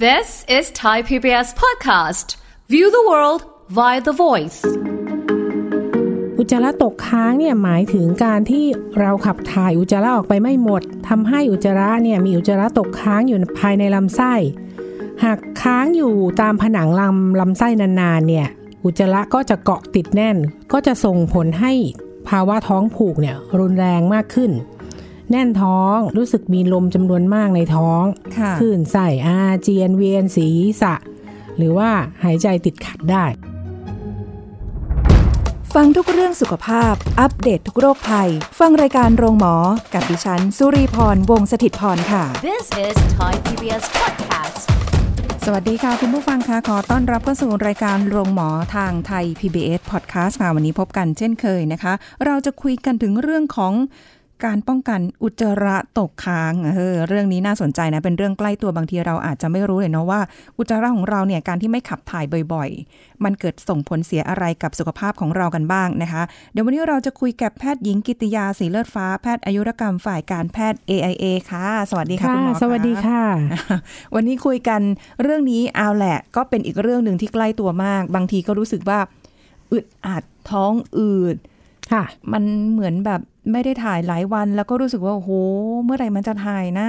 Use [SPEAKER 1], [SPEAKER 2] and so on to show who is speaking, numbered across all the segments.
[SPEAKER 1] This is Thai PBS podcast. View the world via the voice.
[SPEAKER 2] อุจจาระตกค้างเนี่ยหมายถึงการที่เราขับถ่ายอุจจาระออกไปไม่หมดทำให้อุจจาระเนี่ยมีอุจจาระตกค้างอยู่ภายในลำไส้ หากค้างอยู่ตามผนังลำลำไส้นานๆเนี่ยอุจจาระก็จะเกาะติดแน่น ก็จะส่งผลให้ภาวะท้องผูกเนี่ยรุนแรงมากขึ้น แน่นท้องรู้สึกมีลมจำนวนมากในท้อง
[SPEAKER 3] ค่ะ
[SPEAKER 2] คลื่นไส้อาเจียนเวียนศีรษะ หรือว่าหายใจติดขัดได้
[SPEAKER 3] ฟังทุกเรื่องสุขภาพ อัปเดตททุกโรคภัย ฟังรายการโรงหมอ กับดิฉัน สุรีพร วงศิตพรค่ะ
[SPEAKER 1] This is Thai PBS podcast.
[SPEAKER 3] สวัสดีค่ะ คุณผู้ฟังค่ะ ขอต้อนรับเข้าสู่รายการโรงหมอทางไทย PBS Podcast ค่ะ วันนี้พบกันเช่นเคยนะคะ เราจะคุยกันถึงเรื่องของการป้องกันอุจจาระตกค้างเออเรื่องนี้น่าสนใจนะ เป็นเรื่องใกล้ตัวบางทีเราอาจจะไม่รู้เลยเนาะว่า อุจจาระของเราเนี่ยการที่ไม่ขับถ่ายบ่อยๆ มันเกิดส่งผลเสียอะไรกับสุขภาพของเรากันบ้างนะคะ เดี๋ยววันนี้เราจะคุยกับแพทย์หญิงกิติยาสีเลือดฟ้าแพทย์อายุรกรรมฝ่ายการแพทย์ AIA ค่ะ สวัสดีค่ะคุณหมอ
[SPEAKER 2] สวัสดีค่ะ
[SPEAKER 3] วันนี้คุยกันเรื่องนี้เอาแหละ ก็เป็นอีกเรื่องหนึ่งที่ใกล้ตัวมาก บางทีก็รู้สึกว่า อึดอัดท้องอืด
[SPEAKER 2] ค่ะ
[SPEAKER 3] มันเหมือนแบบไม่ได้ถ่ายหลายวัน แล้วก็รู้สึกว่าโอ้โห เมื่อไหร่มันจะถ่ายนะ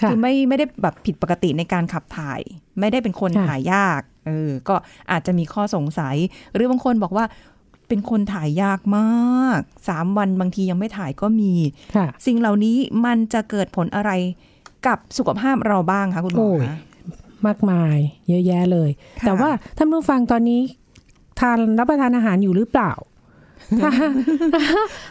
[SPEAKER 2] ค่ะ
[SPEAKER 3] อไม่ไม่ได้แบบผิดปกติในการขับถ่าย ไม่ได้เป็นคน
[SPEAKER 2] ค่ะ
[SPEAKER 3] ถ่ายยากเออก็อาจจะมีข้อสงสัย หรือบางคนบอกว่าเป็นคนถ่ายยากมากสามวันบางทียังไม่ถ่ายก็มี
[SPEAKER 2] ค่ะ
[SPEAKER 3] สิ่งเหล่านี้มันจะเกิดผลอะไรกับสุขภาพเราบ้างคะคุณหมอ
[SPEAKER 2] โอ้ย
[SPEAKER 3] คะ
[SPEAKER 2] มากมายเยอะแยะเลย
[SPEAKER 3] ค่ะ
[SPEAKER 2] แต่ว่าท่านผู้ฟังตอนนี้ ทานรับประทานอาหารอยู่หรือเปล่า ถ้า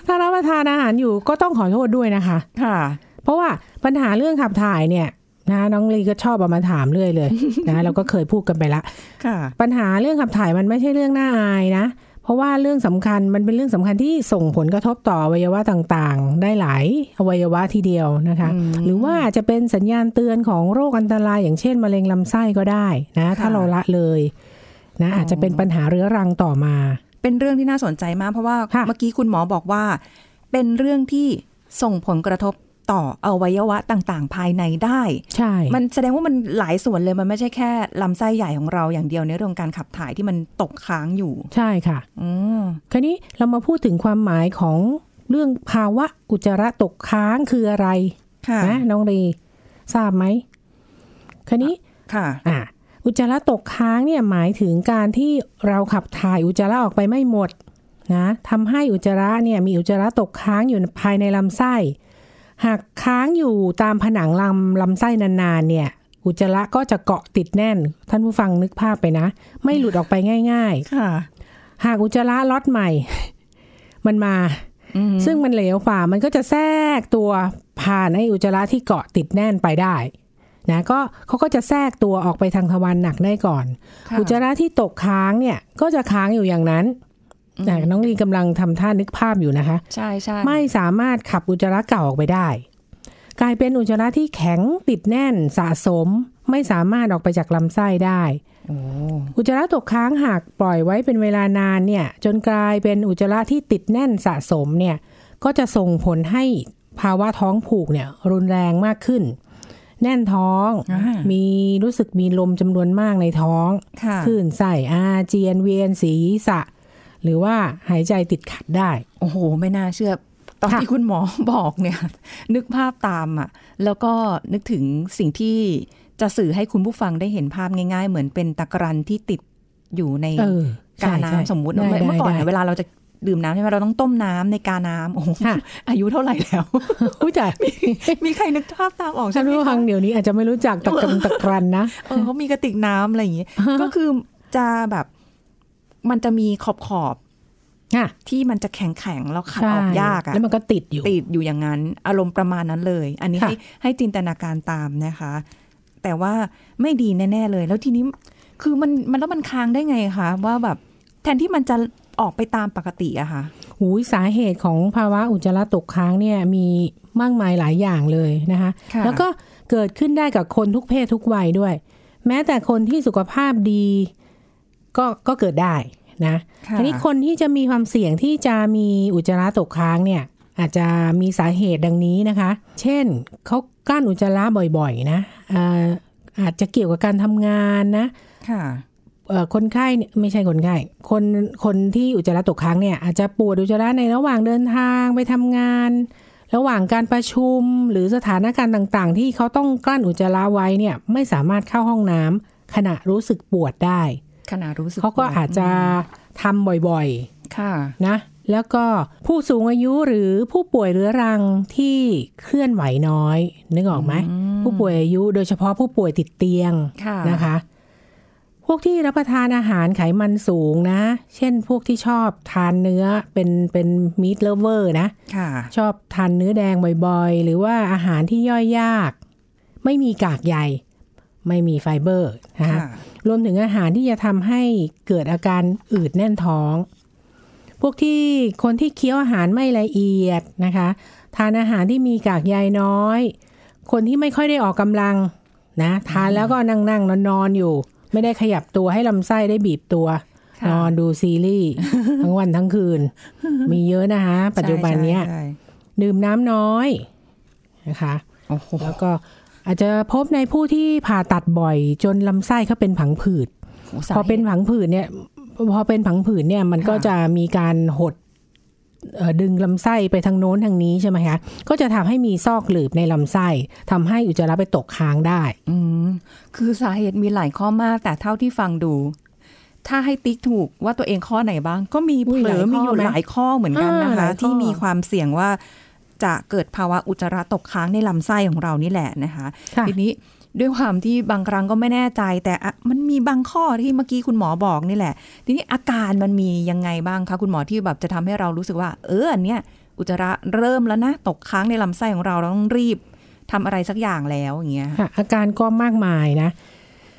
[SPEAKER 2] ถ้ารับประทานอาหารอยู่ก็ต้องขอโทษด้วยนะคะ
[SPEAKER 3] ค่ะ
[SPEAKER 2] เพราะว่าปัญหาเรื่องขับถ่ายเนี่ยนะน้องลีก็ชอบเอามาถามเรื่อยเลยนะเราก็เคยพูดกันไปละ
[SPEAKER 3] ค่ะ
[SPEAKER 2] ปัญหาเรื่องขับถ่ายมันไม่ใช่เรื่องน่าอายนะ เพราะว่าเรื่องสำคัญมันเป็นเรื่องสำคัญที่ส่งผลกระทบต่ออวัยวะต่างๆ ได้หลายอวัยวะทีเดียวนะคะ
[SPEAKER 3] อืม
[SPEAKER 2] หรือว่าจะเป็นสัญญาณเตือนของโรคอันตราย อย่างเช่นมะเร็งลำไส้ก็ได้นะ
[SPEAKER 3] ค่ะ
[SPEAKER 2] ถ้าเราละเลยนะอาจจะเป็นปัญหาเรื้อรังต่อมา
[SPEAKER 3] เป็นเรื่องที่น่าสนใจมาก เพราะว่า
[SPEAKER 2] ค่ะ
[SPEAKER 3] เมื่อกี้คุณหมอบอกว่า เป็นเรื่องที่ส่งผลกระทบต่ออวัยวะต่างๆ ภายในได้
[SPEAKER 2] ใช่
[SPEAKER 3] มันแสดงว่ามันหลายส่วนเลยมันไม่ใช่แค่ลำไส้ใหญ่ของเราอย่างเดียวในเรื่องการขับถ่ายที่มันตกค้างอยู่
[SPEAKER 2] ใช่ค่ะ
[SPEAKER 3] อืม
[SPEAKER 2] คราวนี้เรามาพูดถึงความหมายของเรื่องภาวะอุจจาระตกค้างคืออะไร
[SPEAKER 3] ค่ะ
[SPEAKER 2] นะน้องรีทราบไหมคราวนี้
[SPEAKER 3] ค่ะ
[SPEAKER 2] อ่ะอุจจาระตกค้างเนี่ยหมายถึงการที่เราขับถ่ายอุจจาระออกไปไม่หมดนะทำให้อุจจาระเนี่ยมีอุจจาระตกค้างอยู่ภายในลำไส้ หากค้างอยู่ตามผนังลำลำไส้นานๆเนี่ยอุจจาระก็จะเกาะติดแน่น ท่านผู้ฟังนึกภาพไปนะ ไม่หลุดออกไปง่าย
[SPEAKER 3] ค่ะ
[SPEAKER 2] ๆ หากอุจจาระล็อตใหม่ มันมา
[SPEAKER 3] อืม
[SPEAKER 2] ซึ่งมันเหลวฝ่ามันก็จะแทรกตัวผ่านไออุจจาระที่เกาะติดแน่นไปได้นะก็เขาก็จะแทรกตัวออกไปทางทวารหนักได้ก่อน
[SPEAKER 3] ค่ะ
[SPEAKER 2] อุจจาระที่ตกค้างเนี่ยก็จะค้างอยู่อย่างนั้นอ่ะน้องลีกำลังทำท่านึกภาพอยู่นะคะ
[SPEAKER 3] ใช่ใช่
[SPEAKER 2] ไม่สามารถขับอุจจาระเก่าออกไปได้ กลายเป็นอุจจาระที่แข็งติดแน่นสะสม ไม่สามารถออกไปจากลำไส้ได้
[SPEAKER 3] โอ้
[SPEAKER 2] อุจจาระตกค้างหากปล่อยไว้เป็นเวลานานเนี่ยจนกลายเป็นอุจจาระที่ติดแน่นสะสมเนี่ยก็จะส่งผลให้ภาวะท้องผูกเนี่ยรุนแรงมากขึ้น แน่นท้อง
[SPEAKER 3] อ่า
[SPEAKER 2] มีรู้สึกมีลมจำนวนมากในท้อง
[SPEAKER 3] ค่ะ
[SPEAKER 2] คลื่นไส้อาเจียนเวียนศีรษะ หรือว่าหายใจติดขัดได้
[SPEAKER 3] โอ้โห ไม่น่าเชื่อ ตอน
[SPEAKER 2] ค่ะ
[SPEAKER 3] ที่คุณหมอ บอกเนี่ย นึกภาพตามอ่ะ แล้วก็นึกถึงสิ่งที่จะสื่อให้คุณผู้ฟังได้เห็นภาพง่ายๆ เหมือนเป็นตะกรันที่ติดอยู่ใน
[SPEAKER 2] เออก
[SPEAKER 3] า
[SPEAKER 2] ใช่ใช่
[SPEAKER 3] น้ำสมมุติเนอะ
[SPEAKER 2] ได้
[SPEAKER 3] เมื่อก่อน
[SPEAKER 2] ได้
[SPEAKER 3] อะเวลาเราจะดื่มน้ำใช่ไหมเราต้องต้มน้ำในกาน้ำโอ้โห
[SPEAKER 2] ค่ะ
[SPEAKER 3] อายุเท่าไหร่แล้ว
[SPEAKER 2] อุ้ยแต่
[SPEAKER 3] มีใครนึกภาพตามออก
[SPEAKER 2] ฉั
[SPEAKER 3] ใช่
[SPEAKER 2] น
[SPEAKER 3] ไหม
[SPEAKER 2] รู้
[SPEAKER 3] คะ
[SPEAKER 2] ฟังเดี๋ยวนี้อาจจะไม่รู้จักตะกำตะกรันนะ
[SPEAKER 3] เออเขามีกระติกน้ำอะไรอย่างงี้ ก็คือจะแบบ มันจะมีขอบขอบ
[SPEAKER 2] ค่ะ
[SPEAKER 3] ๆที่มันจะแข็งแข็งๆแล้วขัด
[SPEAKER 2] ใช่
[SPEAKER 3] ออกยากอะ
[SPEAKER 2] แล้วมันก็ติดอยู่
[SPEAKER 3] ติดอยู่อย่างนั้น อารมณ์ประมาณนั้นเลย อันนี้
[SPEAKER 2] ค่ะ
[SPEAKER 3] ให้ให้จินตนาการตามนะคะ แต่ว่าไม่ดีแน่ ๆ เลย แล้วทีนี้คือมันมันแล้วมันค้างได้ไงคะว่าแบบแทนที่มันจะออกไปตามปกติอะค่ะ
[SPEAKER 2] หูยสาเหตุของภาวะอุจจาระตกค้างเนี่ยมีมากมายหลายอย่างเลยนะคะ
[SPEAKER 3] ค่ะ
[SPEAKER 2] แล้วก็เกิดขึ้นได้กับคนทุกเพศทุกวัยด้วย แม้แต่คนที่สุขภาพดีก็ก็เกิดได้นะทีนี้คนที่จะมีความเสี่ยงที่จะมีอุจจาระตกค้างเนี่ยอาจจะมีสาเหตุดังนี้นะคะ เช่นเขากลั้นอุจจาระบ่อยๆนะเอ่อ อาจจะเกี่ยวกับการทำงานนะ
[SPEAKER 3] ค่ะ
[SPEAKER 2] เอ่อคนไข้เนี่ยไม่ใช่คนไข้คนคนที่อุจจาระตกค้างเนี่ยอาจจะปวดอุจจาระในระหว่างเดินทางไปทำงาน ระหว่างการประชุมหรือสถานการณ์ต่างๆ ที่เขาต้องกลั้นอุจจาระไว้เนี่ยไม่สามารถเข้าห้องน้ำขณะรู้สึกปวดได้
[SPEAKER 3] ขณะรู้สึก
[SPEAKER 2] เขาก็
[SPEAKER 3] ปวด
[SPEAKER 2] อาจจะทำบ่อย
[SPEAKER 3] ค่ะ
[SPEAKER 2] ๆนะแล้วก็ผู้สูงอายุหรือผู้ป่วยเรื้อรังที่เคลื่อนไหวน้อย นึกออกไหมผู้ป่วยอายุโดยเฉพาะผู้ป่วยติดเตียง
[SPEAKER 3] ค่ะ
[SPEAKER 2] นะคะ พวกที่รับประทานอาหารไขมันสูงนะ เช่นพวกที่ชอบทานเนื้อเป็นเป็นมีทเลเวอร์นะ
[SPEAKER 3] ค่ะ
[SPEAKER 2] ชอบทานเนื้อแดงบ่อยๆ หรือว่าอาหารที่ย่อยยาก ไม่มีกากใยไม่มีไฟเบอร์นะคะ
[SPEAKER 3] ค่ะ
[SPEAKER 2] รวมถึงอาหารที่จะทำให้เกิดอาการอืดแน่นท้อง พวกที่คนที่เคี้ยวอาหารไม่ละเอียดนะคะ ทานอาหารที่มีกากใยน้อย คนที่ไม่ค่อยได้ออกกำลังนะทานแล้วก็นั่งนั่งนอนนอนๆอยู่ ไม่ได้ขยับตัวให้ลำไส้ได้บีบตัว
[SPEAKER 3] ค่ะ
[SPEAKER 2] นอนดูซีรีส์ ทั้งวันทั้งคืน มีเยอะนะคะ ปัจจุบันเนี้ย
[SPEAKER 3] ใช่ใช่ใช่
[SPEAKER 2] ดื่มน้ำน้อยนะคะ
[SPEAKER 3] โอ้โห
[SPEAKER 2] แล้วก็อาจจะพบในผู้ที่ผ่าตัดบ่อยจนลำไส้เขาเป็นผังผืด
[SPEAKER 3] สา
[SPEAKER 2] พอ
[SPEAKER 3] หตุ
[SPEAKER 2] เป็นผังผืดเนี่ยพอเป็นผังผืดเนี่ยมันก็
[SPEAKER 3] ค่ะ
[SPEAKER 2] จะมีการหดเอ่อดึงลำไส้ไปทางโน้นทางนี้ใช่ไหมคะก็จะทำให้มีซอกหลืบในลำไส้ทำให้อุจจาระไปตกค้างได้
[SPEAKER 3] อืมคือสาเหตุมีหลายข้อมาก แต่เท่าที่ฟังดู ถ้าให้ติ๊กถูกว่าตัวเองข้อไหนบ้าง ก็มี
[SPEAKER 2] อุ้
[SPEAKER 3] เผ
[SPEAKER 2] ย
[SPEAKER 3] ล
[SPEAKER 2] หลา
[SPEAKER 3] อ
[SPEAKER 2] ยข้อ
[SPEAKER 3] มีอยู่
[SPEAKER 2] ไหม
[SPEAKER 3] หลายข้อเหมือนกันนะ
[SPEAKER 2] อ่าห
[SPEAKER 3] คะ
[SPEAKER 2] ลายข้อ
[SPEAKER 3] ที่มีความเสี่ยงว่าจะเกิดภาวะอุจจาระตกค้างในลำไส้ของเรานี่แหละนะคะ ทีนี้ด้วยความที่บางครั้งก็ไม่แน่ใจ แต่อะมันมีบางข้อที่เมื่อกี้คุณหมอบอกนี่แหละ ทีนี้อาการมันมียังไงบ้างคะคุณหมอที่แบบจะทำให้เรารู้สึกว่า เอออันเนี้ยอุจจาระเริ่มแล้วนะตกค้างในลำไส้ของเราเราต้องรีบทำอะไรสักอย่างแล้วอย่างเงี้ย
[SPEAKER 2] ค่ะอาการก็มากมายนะ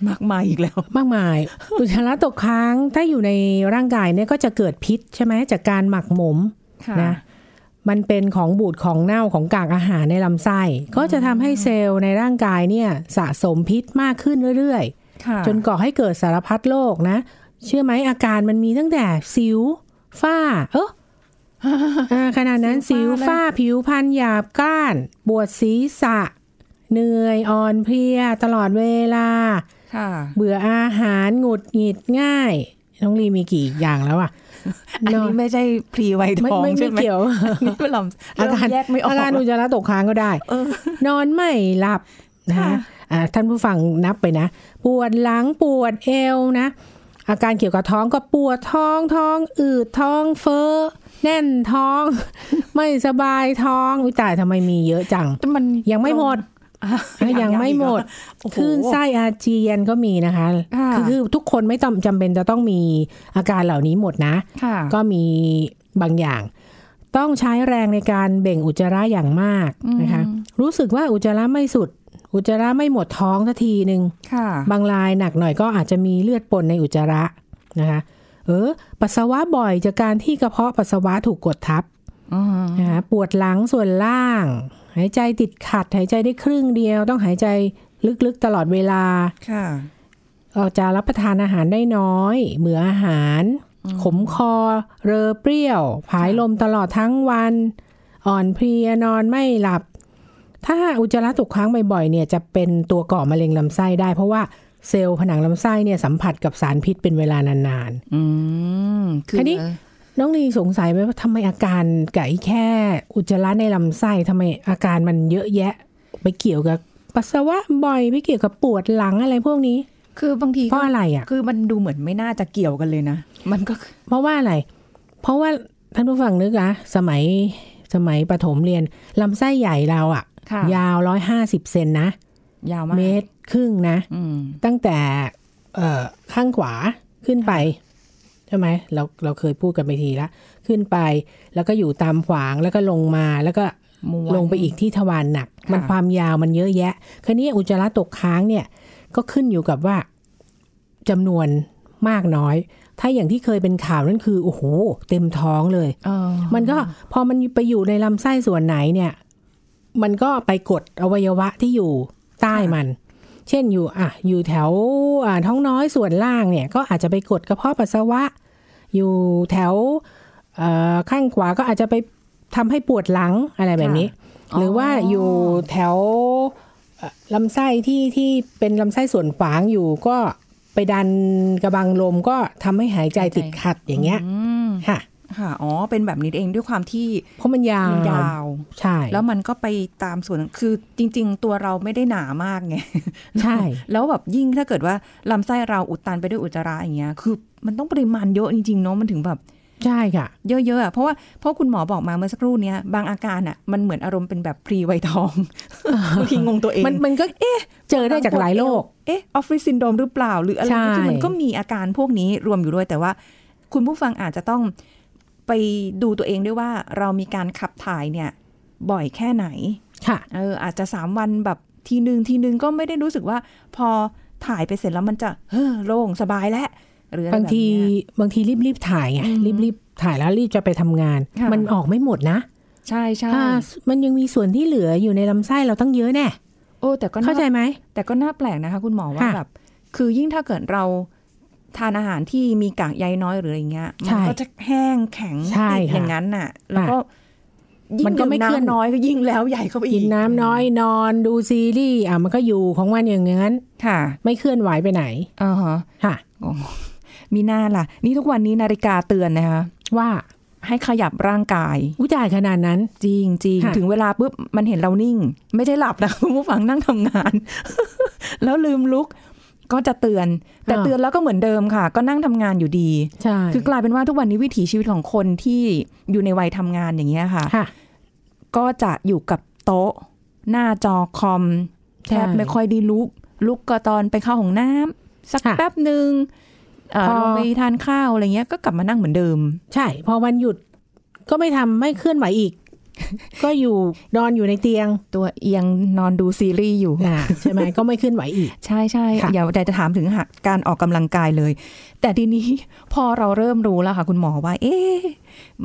[SPEAKER 3] มากมายอีกแล้ว
[SPEAKER 2] มากมาย อุจจาระตกค้างถ้าอยู่ในร่างกายเนี่ยก็จะเกิดพิษใช่ไหมจากการหมักหมม
[SPEAKER 3] ค่ะ
[SPEAKER 2] นะมันเป็นของบูดของเน่าของกากอาหารในลำไส้ ก็จะทำให้เซลล์ในร่างกายเนี่ยสะสมพิษมากขึ้นเรื่อย
[SPEAKER 3] ค่ะ
[SPEAKER 2] ๆ จนก่อให้เกิดสารพัดโรคนะ เชื่อไหมอาการมันมีตั้งแต่สิวฝ้า เออ อ่าขนาดนั้นสิวฝ้าผิวพันหยาบกร้าน ปวดศีรษะ เหนื่อยอ่อนเพลียตลอดเวลา
[SPEAKER 3] ค่ะ
[SPEAKER 2] เบื่ออาหารหงุดหงิดง่าย น้องลีมีกี่อย่างแล้วอะ
[SPEAKER 3] อันนี้ไม่ใช่พรีไวท้อง
[SPEAKER 2] ไม่
[SPEAKER 3] ใช่
[SPEAKER 2] ไม่
[SPEAKER 3] ไหม
[SPEAKER 2] เกี่ยว
[SPEAKER 3] อันนี่เป็นลำ
[SPEAKER 2] อา
[SPEAKER 3] เริ่ม
[SPEAKER 2] การ
[SPEAKER 3] แยกไม่ออก
[SPEAKER 2] อาการอุจจาระตกค้างก็ได้
[SPEAKER 3] เออน
[SPEAKER 2] อนไม่หลับนะ
[SPEAKER 3] ค่ะ
[SPEAKER 2] อ่าท่านผู้ฟังนับไปนะ ปวดหลังปวดเอวนะ อาการเกี่ยวกับท้องก็ปวดท้องท้องอืดท้องเฟ้อแน่นท้อง ไม่สบายท้องอุยตายทำไมมีเยอะจัง
[SPEAKER 3] แต่มัน
[SPEAKER 2] ยังไม่หมด
[SPEAKER 3] อ่ะ
[SPEAKER 2] อ่ะยังไม่หมด
[SPEAKER 3] โอ้โห
[SPEAKER 2] คลื่นไส้อาเจียนก็มีนะคะ
[SPEAKER 3] ค่ะ
[SPEAKER 2] คือคือทุกคนไม่ต้องจำเป็นจะต้องมีอาการเหล่านี้หมดนะ
[SPEAKER 3] ค่ะ
[SPEAKER 2] ก็มีบางอย่าง ต้องใช้แรงในการเบ่งอุจจาระอย่างมากนะคะรู้สึกว่าอุจจาระไม่สุด อุจจาระไม่หมดท้องสักทีหนึ่ง
[SPEAKER 3] ค่ะ
[SPEAKER 2] บางรายหนักหน่อยก็อาจจะมีเลือดปนในอุจจาระนะคะเออปัสสาวะบ่อยจากการที่กระเพาะปัสสาวะถูกกดทับ
[SPEAKER 3] อืม
[SPEAKER 2] นะคะปวดหลังส่วนล่าง หายใจติดขัด หายใจได้ครึ่งเดียว ต้องหายใจลึกๆตลอดเวลา
[SPEAKER 3] ค่ะ
[SPEAKER 2] ออกจะรับประทานอาหารได้น้อย เบื่ออาหาร ขมคอ เรอเปรี้ยว ผายลมตลอดทั้งวัน อ่อนเพลียนอนไม่หลับ ถ้าอุจจาระตกค้างบ่อยๆเนี่ยจะเป็นตัวก่อมะเร็งลำไส้ได้ เพราะว่าเซลล์ผนังลำไส้เนี่ยสัมผัสกับสารพิษเป็นเวลานาน
[SPEAKER 3] อืมคือ
[SPEAKER 2] คราวนี้ ๆ น้องลีสงสัยไหมว่าทำไมอาการไก่แค่ อุจจาระในลำไส้ทำไมอาการมันเยอะแยะ ไปเกี่ยวกับปัสสาวะบ่อยไปเกี่ยวกับปวดหลังอะไรพวกนี้
[SPEAKER 3] คือบางที
[SPEAKER 2] เพ
[SPEAKER 3] ก็
[SPEAKER 2] ราะอะไรอ่ะ
[SPEAKER 3] คือมันดูเหมือนไม่น่าจะเกี่ยวกันเลยนะ มันก็คือ
[SPEAKER 2] เพราะว่าอะไร เพราะว่าท่านผู้ฟังนึกอะสมัยสมัยประถมเรียนลำไส้ใหญ่เราอะ
[SPEAKER 3] ค่ะ
[SPEAKER 2] ยาวร้อยห้าสิบเซนนะ
[SPEAKER 3] ยาวมาก
[SPEAKER 2] เมตรครึ่งนะ
[SPEAKER 3] อืม
[SPEAKER 2] ตั้งแต่เอ่อข้างขวาขึ้นไป ใช่ไหมเราเราเคยพูดกันไปทีละ ขึ้นไปแล้วก็อยู่ตามขวางแล้วก็ลงมาแล้วก็
[SPEAKER 3] ม้วน
[SPEAKER 2] ลงไปอีกที่ทวารหนัก
[SPEAKER 3] ค่ะ
[SPEAKER 2] มันความยาวมันเยอะแยะคันนี้อุจจาระตกค้างเนี่ยก็ขึ้นอยู่กับว่าจำนวนมากน้อย ถ้าอย่างที่เคยเป็นข่าวนั่นคือโอ้โหเต็มท้องเลย
[SPEAKER 3] เออ
[SPEAKER 2] มันก็พอมันไปอยู่ในลำไส้ส่วนไหนเนี่ย มันก็ไปกดอวัยวะที่อยู่ใต้มัน เช่นอยู่อ่ะอยู่แถวอ่าท้องน้อยส่วนล่างเนี่ย ก็อาจจะไปกดกระเพาะปัสสาวะ อยู่แถวเอ่อข้างขวาก็อาจจะไปทำให้ปวดหลังอะไรแบบนี้ หรือว่าอยู่แถว เอ่อลำไส้ที่ที่เป็นลำไส้ส่วนฝางอยู่ก็ไปดันกระบังลมก็ทำให้หายใจติดขัดอย่างเงี้ย
[SPEAKER 3] อืม
[SPEAKER 2] ค่ะ
[SPEAKER 3] ค่ะ อ๋อ เป็นแบบนี้เองด้วยความที่
[SPEAKER 2] เพราะมันยาว
[SPEAKER 3] มันยาว
[SPEAKER 2] ใช่
[SPEAKER 3] แล้วมันก็ไปตามส่วน คือจริง ๆ ตัวเราไม่ได้หนามากไง
[SPEAKER 2] ใช่
[SPEAKER 3] แล้วแบบยิ่งถ้าเกิดว่าลำไส้เราอุดตันไปด้วยอุจจาระอย่างเงี้ย คือมันต้องปริมาณเยอะจริงๆเนาะ มันถึงแบบ
[SPEAKER 2] ใช่ค่ะ
[SPEAKER 3] เยอะๆอ่ะ เพราะว่าเพราะคุณหมอบอกมาเมื่อสักครู่เนี้ยบางอาการอ่ะ มันเหมือนอารมณ์เป็นแบบพรีไวยทองบางทีงง ตัวเอง
[SPEAKER 2] มันมันก็เอ๊ะเจอได้จากหลายโรค
[SPEAKER 3] เอ๊ะออฟฟิศซินโดรมหรือเปล่า หรืออะไร
[SPEAKER 2] ใช่
[SPEAKER 3] คือมันก็มีอาการพวกนี้รวมอยู่ด้วย แต่ว่า คุณผู้ฟังอาจจะต้องไปดูตัวเองด้วยว่าเรามีการขับถ่ายเนี่ย บ่อยแค่ไหน
[SPEAKER 2] ค่ะ
[SPEAKER 3] เอออาจจะสามวันแบบทีหนึ่งทีหนึ่งก็ไม่ได้รู้สึกว่า พอถ่ายไปเสร็จแล้วมันจะเฮ้อโล่งสบายแล้วหรืออะไร
[SPEAKER 2] บาง
[SPEAKER 3] แบบ
[SPEAKER 2] ที
[SPEAKER 3] เนี้ย
[SPEAKER 2] บางทีรีบรีบถ่ายไง
[SPEAKER 3] อืม
[SPEAKER 2] รีบรีบถ่ายแล้วรีบจะไปทำงาน
[SPEAKER 3] ค่ะ
[SPEAKER 2] มันออกไม่หมดนะ
[SPEAKER 3] ใช่ใช่
[SPEAKER 2] อ่ามันยังมีส่วนที่เหลืออยู่ในลำไส้เราตั้งเยอะแน่
[SPEAKER 3] โอ้แต่ก็น่า
[SPEAKER 2] เข้าใจไหม
[SPEAKER 3] แต่ก็น่าแปลกนะคะ คุณหมอว่า
[SPEAKER 2] ค่ะ
[SPEAKER 3] แบบคือยิ่งถ้าเกิดเราทานอาหารที่มีกากใยน้อยหรืออะไรเงี้ยมั
[SPEAKER 2] ใช่
[SPEAKER 3] ก็จะแห้งแข็ง
[SPEAKER 2] ใช่ค่ะ
[SPEAKER 3] อย่างนั้นน่ะ แล้วก็ยิ่
[SPEAKER 2] มั
[SPEAKER 3] ง
[SPEAKER 2] นก็
[SPEAKER 3] ดื่ม
[SPEAKER 2] ไม่เคลื่อน
[SPEAKER 3] น้ำน้อยก็ยิ่งแล้วใหญ่เข้าไปอี
[SPEAKER 2] กินน้ำน้อยนอนดูซีรีส์อ่ะมันก็อยู่ของมันอย่างนั้น
[SPEAKER 3] ค่ะ
[SPEAKER 2] ไม่เคลื่อนไหวไปไหน
[SPEAKER 3] อ่าฮะ
[SPEAKER 2] ค่ะ
[SPEAKER 3] มีหน้าล่ะ นี่ทุกวันนี้นาฬิกาเตือนนะคะ
[SPEAKER 2] ว่า
[SPEAKER 3] ให้ขยับร่างกาย
[SPEAKER 2] วิจัยขนาดนั้น
[SPEAKER 3] จริงจริง
[SPEAKER 2] ค่ะ
[SPEAKER 3] ถึงเวลาปุ๊บมันเห็นเรานิ่ง ไม่ใช่หลับนะ คุณผู้ฟังนั่งทำงาน แล้วลืมลุก ก็จะเตือน แต่เตือนแล้วก็เหมือนเดิมค่ะ ก็นั่งทำงานอยู่ดี
[SPEAKER 2] ใช่
[SPEAKER 3] คือกลายเป็นว่าทุกวันนี้วิถีชีวิตของคนที่อยู่ในวัยทำงานอย่างเงี้ยค่ะ
[SPEAKER 2] ค่ะ
[SPEAKER 3] ก็จะอยู่กับโต๊ะ หน้าจอคอมแทบ
[SPEAKER 2] ใช่
[SPEAKER 3] ไม่ค่อยได้ลุก ลุกก็ตอนไปเข้าห้องน้ำสัก
[SPEAKER 2] ค่ะ
[SPEAKER 3] แป๊บหนึ่งเอ่อ
[SPEAKER 2] พอ
[SPEAKER 3] ลงไปทานข้าวอะไรเงี้ยก็กลับมานั่งเหมือนเดิม
[SPEAKER 2] ใช่ พอวันหยุดก็ไม่ทำไม่เคลื่อนไหวอีก ก็อยู่นอนอยู่ในเตียง
[SPEAKER 3] ตัวเอียงนอนดูซีรีส์อยู่
[SPEAKER 2] อ่ะใช่ไหมก็ไม่เคลื่อนไหวอีก
[SPEAKER 3] ใช่ใช่
[SPEAKER 2] ค่ะ
[SPEAKER 3] อย่าแต่จะถามถึงหาการออกกำลังกายเลย แต่ทีนี้ พอเราเริ่มรู้แล้วค่ะ คุณหมอว่า เอ๊ะ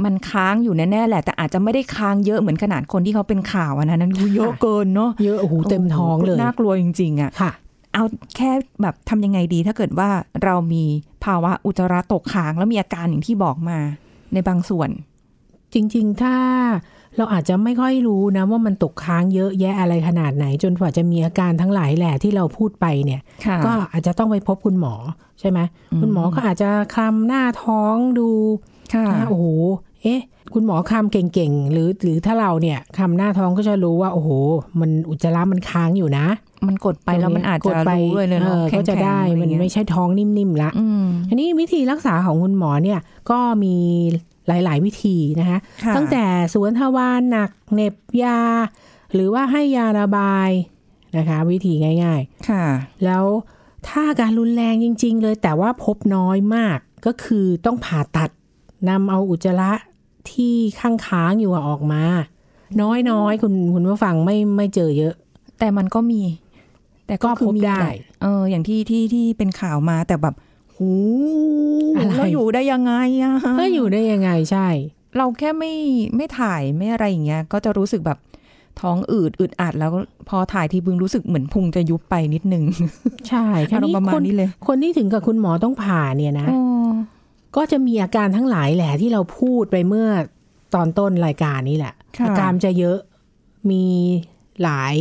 [SPEAKER 3] มันค้างอยู่แน่ๆแหละ แต่อาจจะไม่ได้ค้างเยอะเหมือนขนาดคนที่เขาเป็นข่าวอันนั้นนั้นเยอะเกินเนาะ
[SPEAKER 2] เยอะโอ้โหเต็มท้องเลย
[SPEAKER 3] น่ากลัวจริงๆอะ
[SPEAKER 2] ค่ะ
[SPEAKER 3] เอาแค่แบบทำยังไงดี ถ้าเกิดว่าเรามีภาวะอุจจาระตกค้างแล้วมีอาการอย่างที่บอกมาในบางส่วน
[SPEAKER 2] จริงๆ ถ้าเราอาจจะไม่ค่อยรู้นะว่ามันตกค้างเยอะแยะอะไรขนาดไหน จนกว่าจะมีอาการทั้งหลายแหละที่เราพูดไปเนี่ย
[SPEAKER 3] ค่ะ
[SPEAKER 2] ก็อาจจะต้องไปพบคุณหมอใช่ไหม
[SPEAKER 3] อืม
[SPEAKER 2] คุณหมอก็อาจจะคลำหน้าท้องดู
[SPEAKER 3] ค่ะ
[SPEAKER 2] นะโอ้โหเอ๊ะ คุณหมอคลำเก่งๆหรือหรือถ้าเราเนี่ยคลำหน้าท้องก็จะรู้ว่าโอ้โห มันอุจจาระมันค้างอยู่นะ
[SPEAKER 3] มันกดไปแล้วมันอาจ
[SPEAKER 2] ก
[SPEAKER 3] จะ
[SPEAKER 2] ดไป
[SPEAKER 3] รู้เลยเนอะ
[SPEAKER 2] ออ
[SPEAKER 3] แข็งๆ
[SPEAKER 2] ก็จะได้
[SPEAKER 3] อะร
[SPEAKER 2] มัน
[SPEAKER 3] เงี้ย
[SPEAKER 2] ไม่ใช่ท้องนิ่มๆละ
[SPEAKER 3] อืม
[SPEAKER 2] อันนี้วิธีรักษาของคุณหมอเนี่ยก็มีหลาย ๆ วิธีนะคะ
[SPEAKER 3] ค่ะ
[SPEAKER 2] ตั้งแต่สวนทวารหนักเหน็บยา หรือว่าให้ยาระบายนะคะ วิธีง่าย
[SPEAKER 3] ค่ะ
[SPEAKER 2] ๆ แล้วถ้าอาการรุนแรงจริง ๆ เลย แต่ว่าพบน้อยมากก็คือต้องผ่าตัดนำเอาอุจจาระที่ค้างๆอยู่อะออกมา น้อยๆ คุณคุณผู้ฟังไม่ไม่เจอเยอะ
[SPEAKER 3] แต่มันก็มี แต่ก็
[SPEAKER 2] ก็
[SPEAKER 3] คือ
[SPEAKER 2] พบ
[SPEAKER 3] มี
[SPEAKER 2] ได้
[SPEAKER 3] แหละเออ อย่างที่ที่ที่เป็นข่าวมาแต่แบบหู
[SPEAKER 2] อะไร
[SPEAKER 3] เราอยู่ได้ยังไงอะ
[SPEAKER 2] เอออยู่ได้ยังไงใช่
[SPEAKER 3] เราแค่ไม่ไม่ถ่ายไม่อะไรอย่างเงี้ย ก็จะรู้สึกแบบท้องอืดอึดอัดแล้วพอถ่ายทีพึงรู้สึกเหมือนพุงจะยุบไปนิดนึ ง
[SPEAKER 2] ใช่
[SPEAKER 3] อารมณ์ประมา
[SPEAKER 2] ค
[SPEAKER 3] ณ
[SPEAKER 2] น
[SPEAKER 3] นี้เลย
[SPEAKER 2] คนที่ถึงกับคุณหมอต้องผ่าเนี่ยนะ
[SPEAKER 3] อ๋อ
[SPEAKER 2] ก็จะมีอาการทั้งหลายแหละที่เราพูดไปเมื่อตอนต้นรายการนี้แหละ
[SPEAKER 3] ค่ะ
[SPEAKER 2] อาการจะเยอะมีหลาย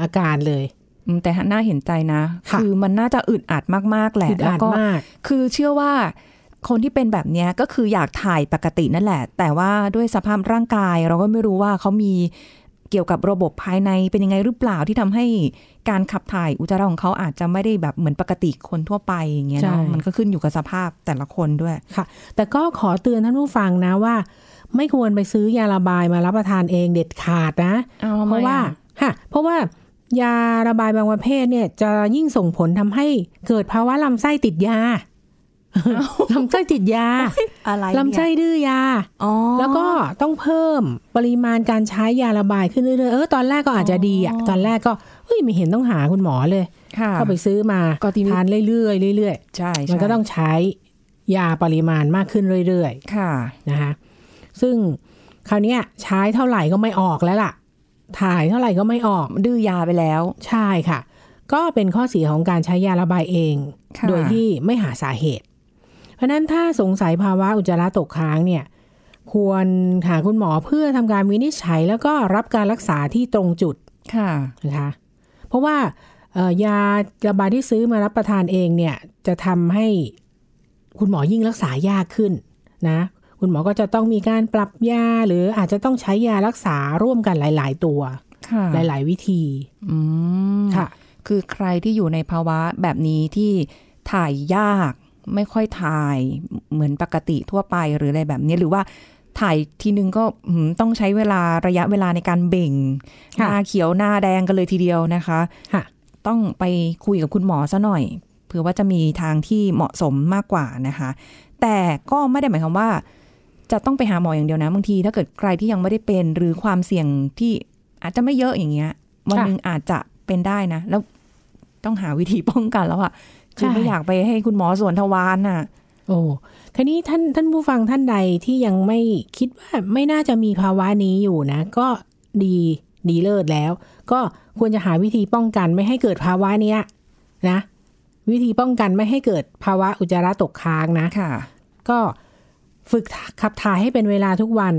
[SPEAKER 2] อาการเลย
[SPEAKER 3] อืมแต่น่าเห็นใจนะ
[SPEAKER 2] ค่ะ
[SPEAKER 3] คือมันน่าจะอึดอัดมากๆแหละ
[SPEAKER 2] อึด
[SPEAKER 3] แล้ว
[SPEAKER 2] อัด
[SPEAKER 3] ก็
[SPEAKER 2] มาก
[SPEAKER 3] คือเชื่อว่าคนที่เป็นแบบเนี้ยก็คืออยากถ่ายปกตินั่นแหละ แต่ว่าด้วยสภาพร่างกาย เราก็ไม่รู้ว่าเขามีเกี่ยวกับระบบภายในเป็นยังไงหรือเปล่าที่ทำให้การขับถ่ายอุจจาระของเขาอาจจะไม่ได้แบบเหมือนปกติคนทั่วไปอย่างเงี้ย
[SPEAKER 2] ใช่
[SPEAKER 3] เนาะมันก็ขึ้นอยู่กับสภาพแต่ละคนด้วย
[SPEAKER 2] แต่ก็ขอเตือนท่านผู้ฟังนะว่า ไม่ควรไปซื้อยาระบายมารับประทานเองเด็ดขาดนะ เพราะว่าค่ะเพราะว่ายาระบายบางประเภทเนี่ยจะยิ่งส่งผลทำให้เกิดภาวะลำไส้ติดยาลำไส้ติดยา
[SPEAKER 3] อะไร
[SPEAKER 2] ลำไส้ดื้อยา
[SPEAKER 3] อ๋อ
[SPEAKER 2] แล้วก็ต้องเพิ่มปริมาณการใช้ยาระบายขึ้นเรื่อยๆ เออตอนแรกก็อาจจะดีอ่ะ ตอนแรกก็เฮ้ยไม่เห็นต้องหาคุณหมอเลย
[SPEAKER 3] ค่ะ
[SPEAKER 2] เข้าไปซื้อมาก็ทานเรื่อยๆเรื่อย
[SPEAKER 3] ใช่
[SPEAKER 2] ๆ
[SPEAKER 3] ใช่
[SPEAKER 2] มันก็ต้องใช้ยาปริมาณมากขึ้นเรื่อย
[SPEAKER 3] ค่ะ
[SPEAKER 2] ๆนะคะซึ่งคราวเนี้ยใช้เท่าไหร่ก็ไม่ออกแล้วล่ะ ถ่ายเท่าไหร่ก็ไม่ออก
[SPEAKER 3] ดื้อยาไปแล้ว
[SPEAKER 2] ใช่ค่ะ ก็เป็นข้อเสียของการใช้ยาระบายเอง
[SPEAKER 3] ค่ะ
[SPEAKER 2] โดยที่ไม่หาสาเหตุ เพราะฉะนั้นถ้าสงสัยภาวะอุจจาระตกค้างเนี่ย ควรหาคุณหมอเพื่อทำการวินิจฉัย แล้วก็รับการรักษาที่ตรงจุด
[SPEAKER 3] ค่ะ
[SPEAKER 2] นะคะ ผ ราะว่าเอ่อยาระบายที่ซื้อมารับประทานเองเนี่ยจะทำให้คุณหมอยิ่งรักษายากขึ้นนะคุณหมอก็จะต้องมีการปรับยาหรืออาจจะต้องใช้ยารักษาร่วมกันหลาย ๆ ตัว
[SPEAKER 3] ค่ะ
[SPEAKER 2] หลาย ๆ วิธี
[SPEAKER 3] อืม
[SPEAKER 2] ค่ะ
[SPEAKER 3] คือใครที่อยู่ในภาวะแบบนี้ที่ถ่ายยากไม่ค่อยถ่ายเหมือนปกติทั่วไปหรืออะไรแบบนี้ หรือว่าถ่ายทีนึงก็หืมต้องใช้เวลาระยะเวลาในการเบ่ง ห
[SPEAKER 2] ค่ะ
[SPEAKER 3] น้าเขียวหน้าแดงกันเลยทีเดียวนะคะ
[SPEAKER 2] ค่ะ
[SPEAKER 3] ต้องไปคุยกับคุณหมอซะหน่อยเผื่อว่าจะมีทางที่เหมาะสมมากกว่านะคะ แต่ก็ไม่ได้หมายความว่า จะต้องไปหาหมออย่างเดียวนะบางที ถ้าเกิดใครที่ยังไม่ได้เป็นหรือความเสี่ยงที่อาจจะไม่เยอะอย่างเงี้ยวันหนึ่งอาจจะเป็นได้นะ แล้วต้องหาวิธีป้องกันแล้วอะคือ
[SPEAKER 2] ใช่
[SPEAKER 3] ไม่อยากไปให้คุณหมอสวนทวารน่ะ
[SPEAKER 2] โอ้คันนี้ท่านท่านผู้ฟังท่านใดที่ยังไม่คิดว่าไม่น่าจะมีภาวะนี้อยู่นะ ก็ดีดีเลิศแล้ว ก็ควรจะหาวิธีป้องกันไม่ให้เกิดภาวะเนี้ยนะ วิธีป้องกันไม่ให้เกิดภาวะอุจจาระตกค้างนะ
[SPEAKER 3] ค่ะ
[SPEAKER 2] ก็ฝึกขับถ่ายให้เป็นเวลาทุกวัน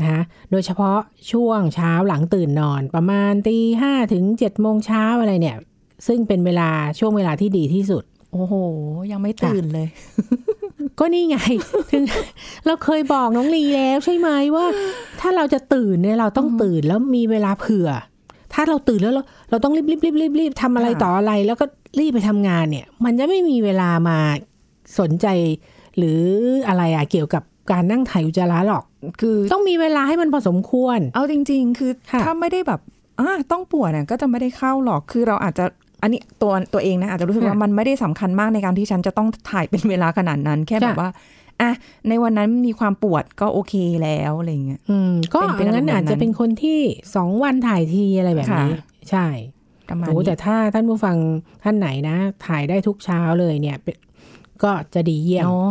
[SPEAKER 2] นะคะโดยเฉพาะช่วงเช้าหลังตื่นนอน ประมาณตีห้าถึงเจ็ดโมงเช้าอะไรเนี่ย ซึ่งเป็นเวลาช่วงเวลาที่ดีที่สุด
[SPEAKER 3] โอ้โห ยังไม่ตื่นเลย
[SPEAKER 2] ก็นี่ไง ถึงเราเคยบอกน้องลีแล้วใช่ไหมว่า ถ้าเราจะตื่นเนี่ยเราต้องตื่นแล้วมีเวลาเผื่อ ถ้าเราตื่นแล้วเราเราต้องรีบรีบรีบรีบรีบทำอะไร
[SPEAKER 3] ค่ะ
[SPEAKER 2] ต่ออะไร แล้วก็รีบไปทำงานเนี่ย มันจะไม่มีเวลามาสนใจ หรืออะไรอะเกี่ยวกับการนั่งถ่ายอุจจาระหรอก
[SPEAKER 3] คือ
[SPEAKER 2] ต้องมีเวลาให้มันพอสมควร
[SPEAKER 3] เอาจริง ๆ คือ
[SPEAKER 2] ค่ะ
[SPEAKER 3] ถ้าไม่ได้แบบอ่าต้องปวดเนี่ยก็จะไม่ได้เข้าหรอก คือเราอาจจะ อันนี้ตัวตัวเองนะอาจจะรู้สึกว่า
[SPEAKER 2] ค่ะ
[SPEAKER 3] มันไม่ได้สำคัญมากในการที่ฉันจะต้องถ่ายเป็นเวลาขนาดนั้น แค่แบบ
[SPEAKER 2] ค่ะ
[SPEAKER 3] ว่าอ่ะในวันนั้นมีความปวดก็โอเคแล้วอะไรอย่างเงี้ย
[SPEAKER 2] อืมก็
[SPEAKER 3] เป็นเป็น
[SPEAKER 2] งั้น
[SPEAKER 3] อารมณ์แบบนั้น
[SPEAKER 2] อาจจะเป็นคนที่สองวันถ่ายทีอะไรแบบนี้
[SPEAKER 3] ค่ะ
[SPEAKER 2] ใช่
[SPEAKER 3] ประมาณ
[SPEAKER 2] โอ้แต่
[SPEAKER 3] นี้
[SPEAKER 2] ถ้าท่านผู้ฟังท่านไหนนะ ถ่ายได้ทุกเช้าเลยเนี่ยเป็นก็จะดีเยี่ยม
[SPEAKER 3] เนาะ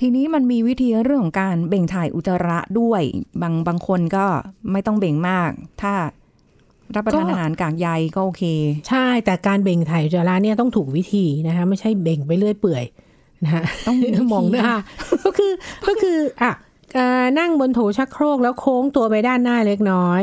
[SPEAKER 3] ทีนี้มันมีวิธีเรื่องของการเบ่งถ่ายอุจจาระด้วย บางบางคนก็ไม่ต้องเบ่งมาก ถ้ารับประทาน
[SPEAKER 2] ก็
[SPEAKER 3] อาหารกากใยก็โอเค
[SPEAKER 2] ใช่แต่การเบ่งถ่ายอุจจาระเนี่ยต้องถูกวิธีนะคะไม่ใช่เบ่งไปเรื่อยเปื่อยนะคะ
[SPEAKER 3] ต้องมีวิธี
[SPEAKER 2] มองห น้าก็คือก็คืออ่ะเอ่อนั่งบนโถชักโครกแล้วโค้งตัวไปด้านหน้าเล็กน้อย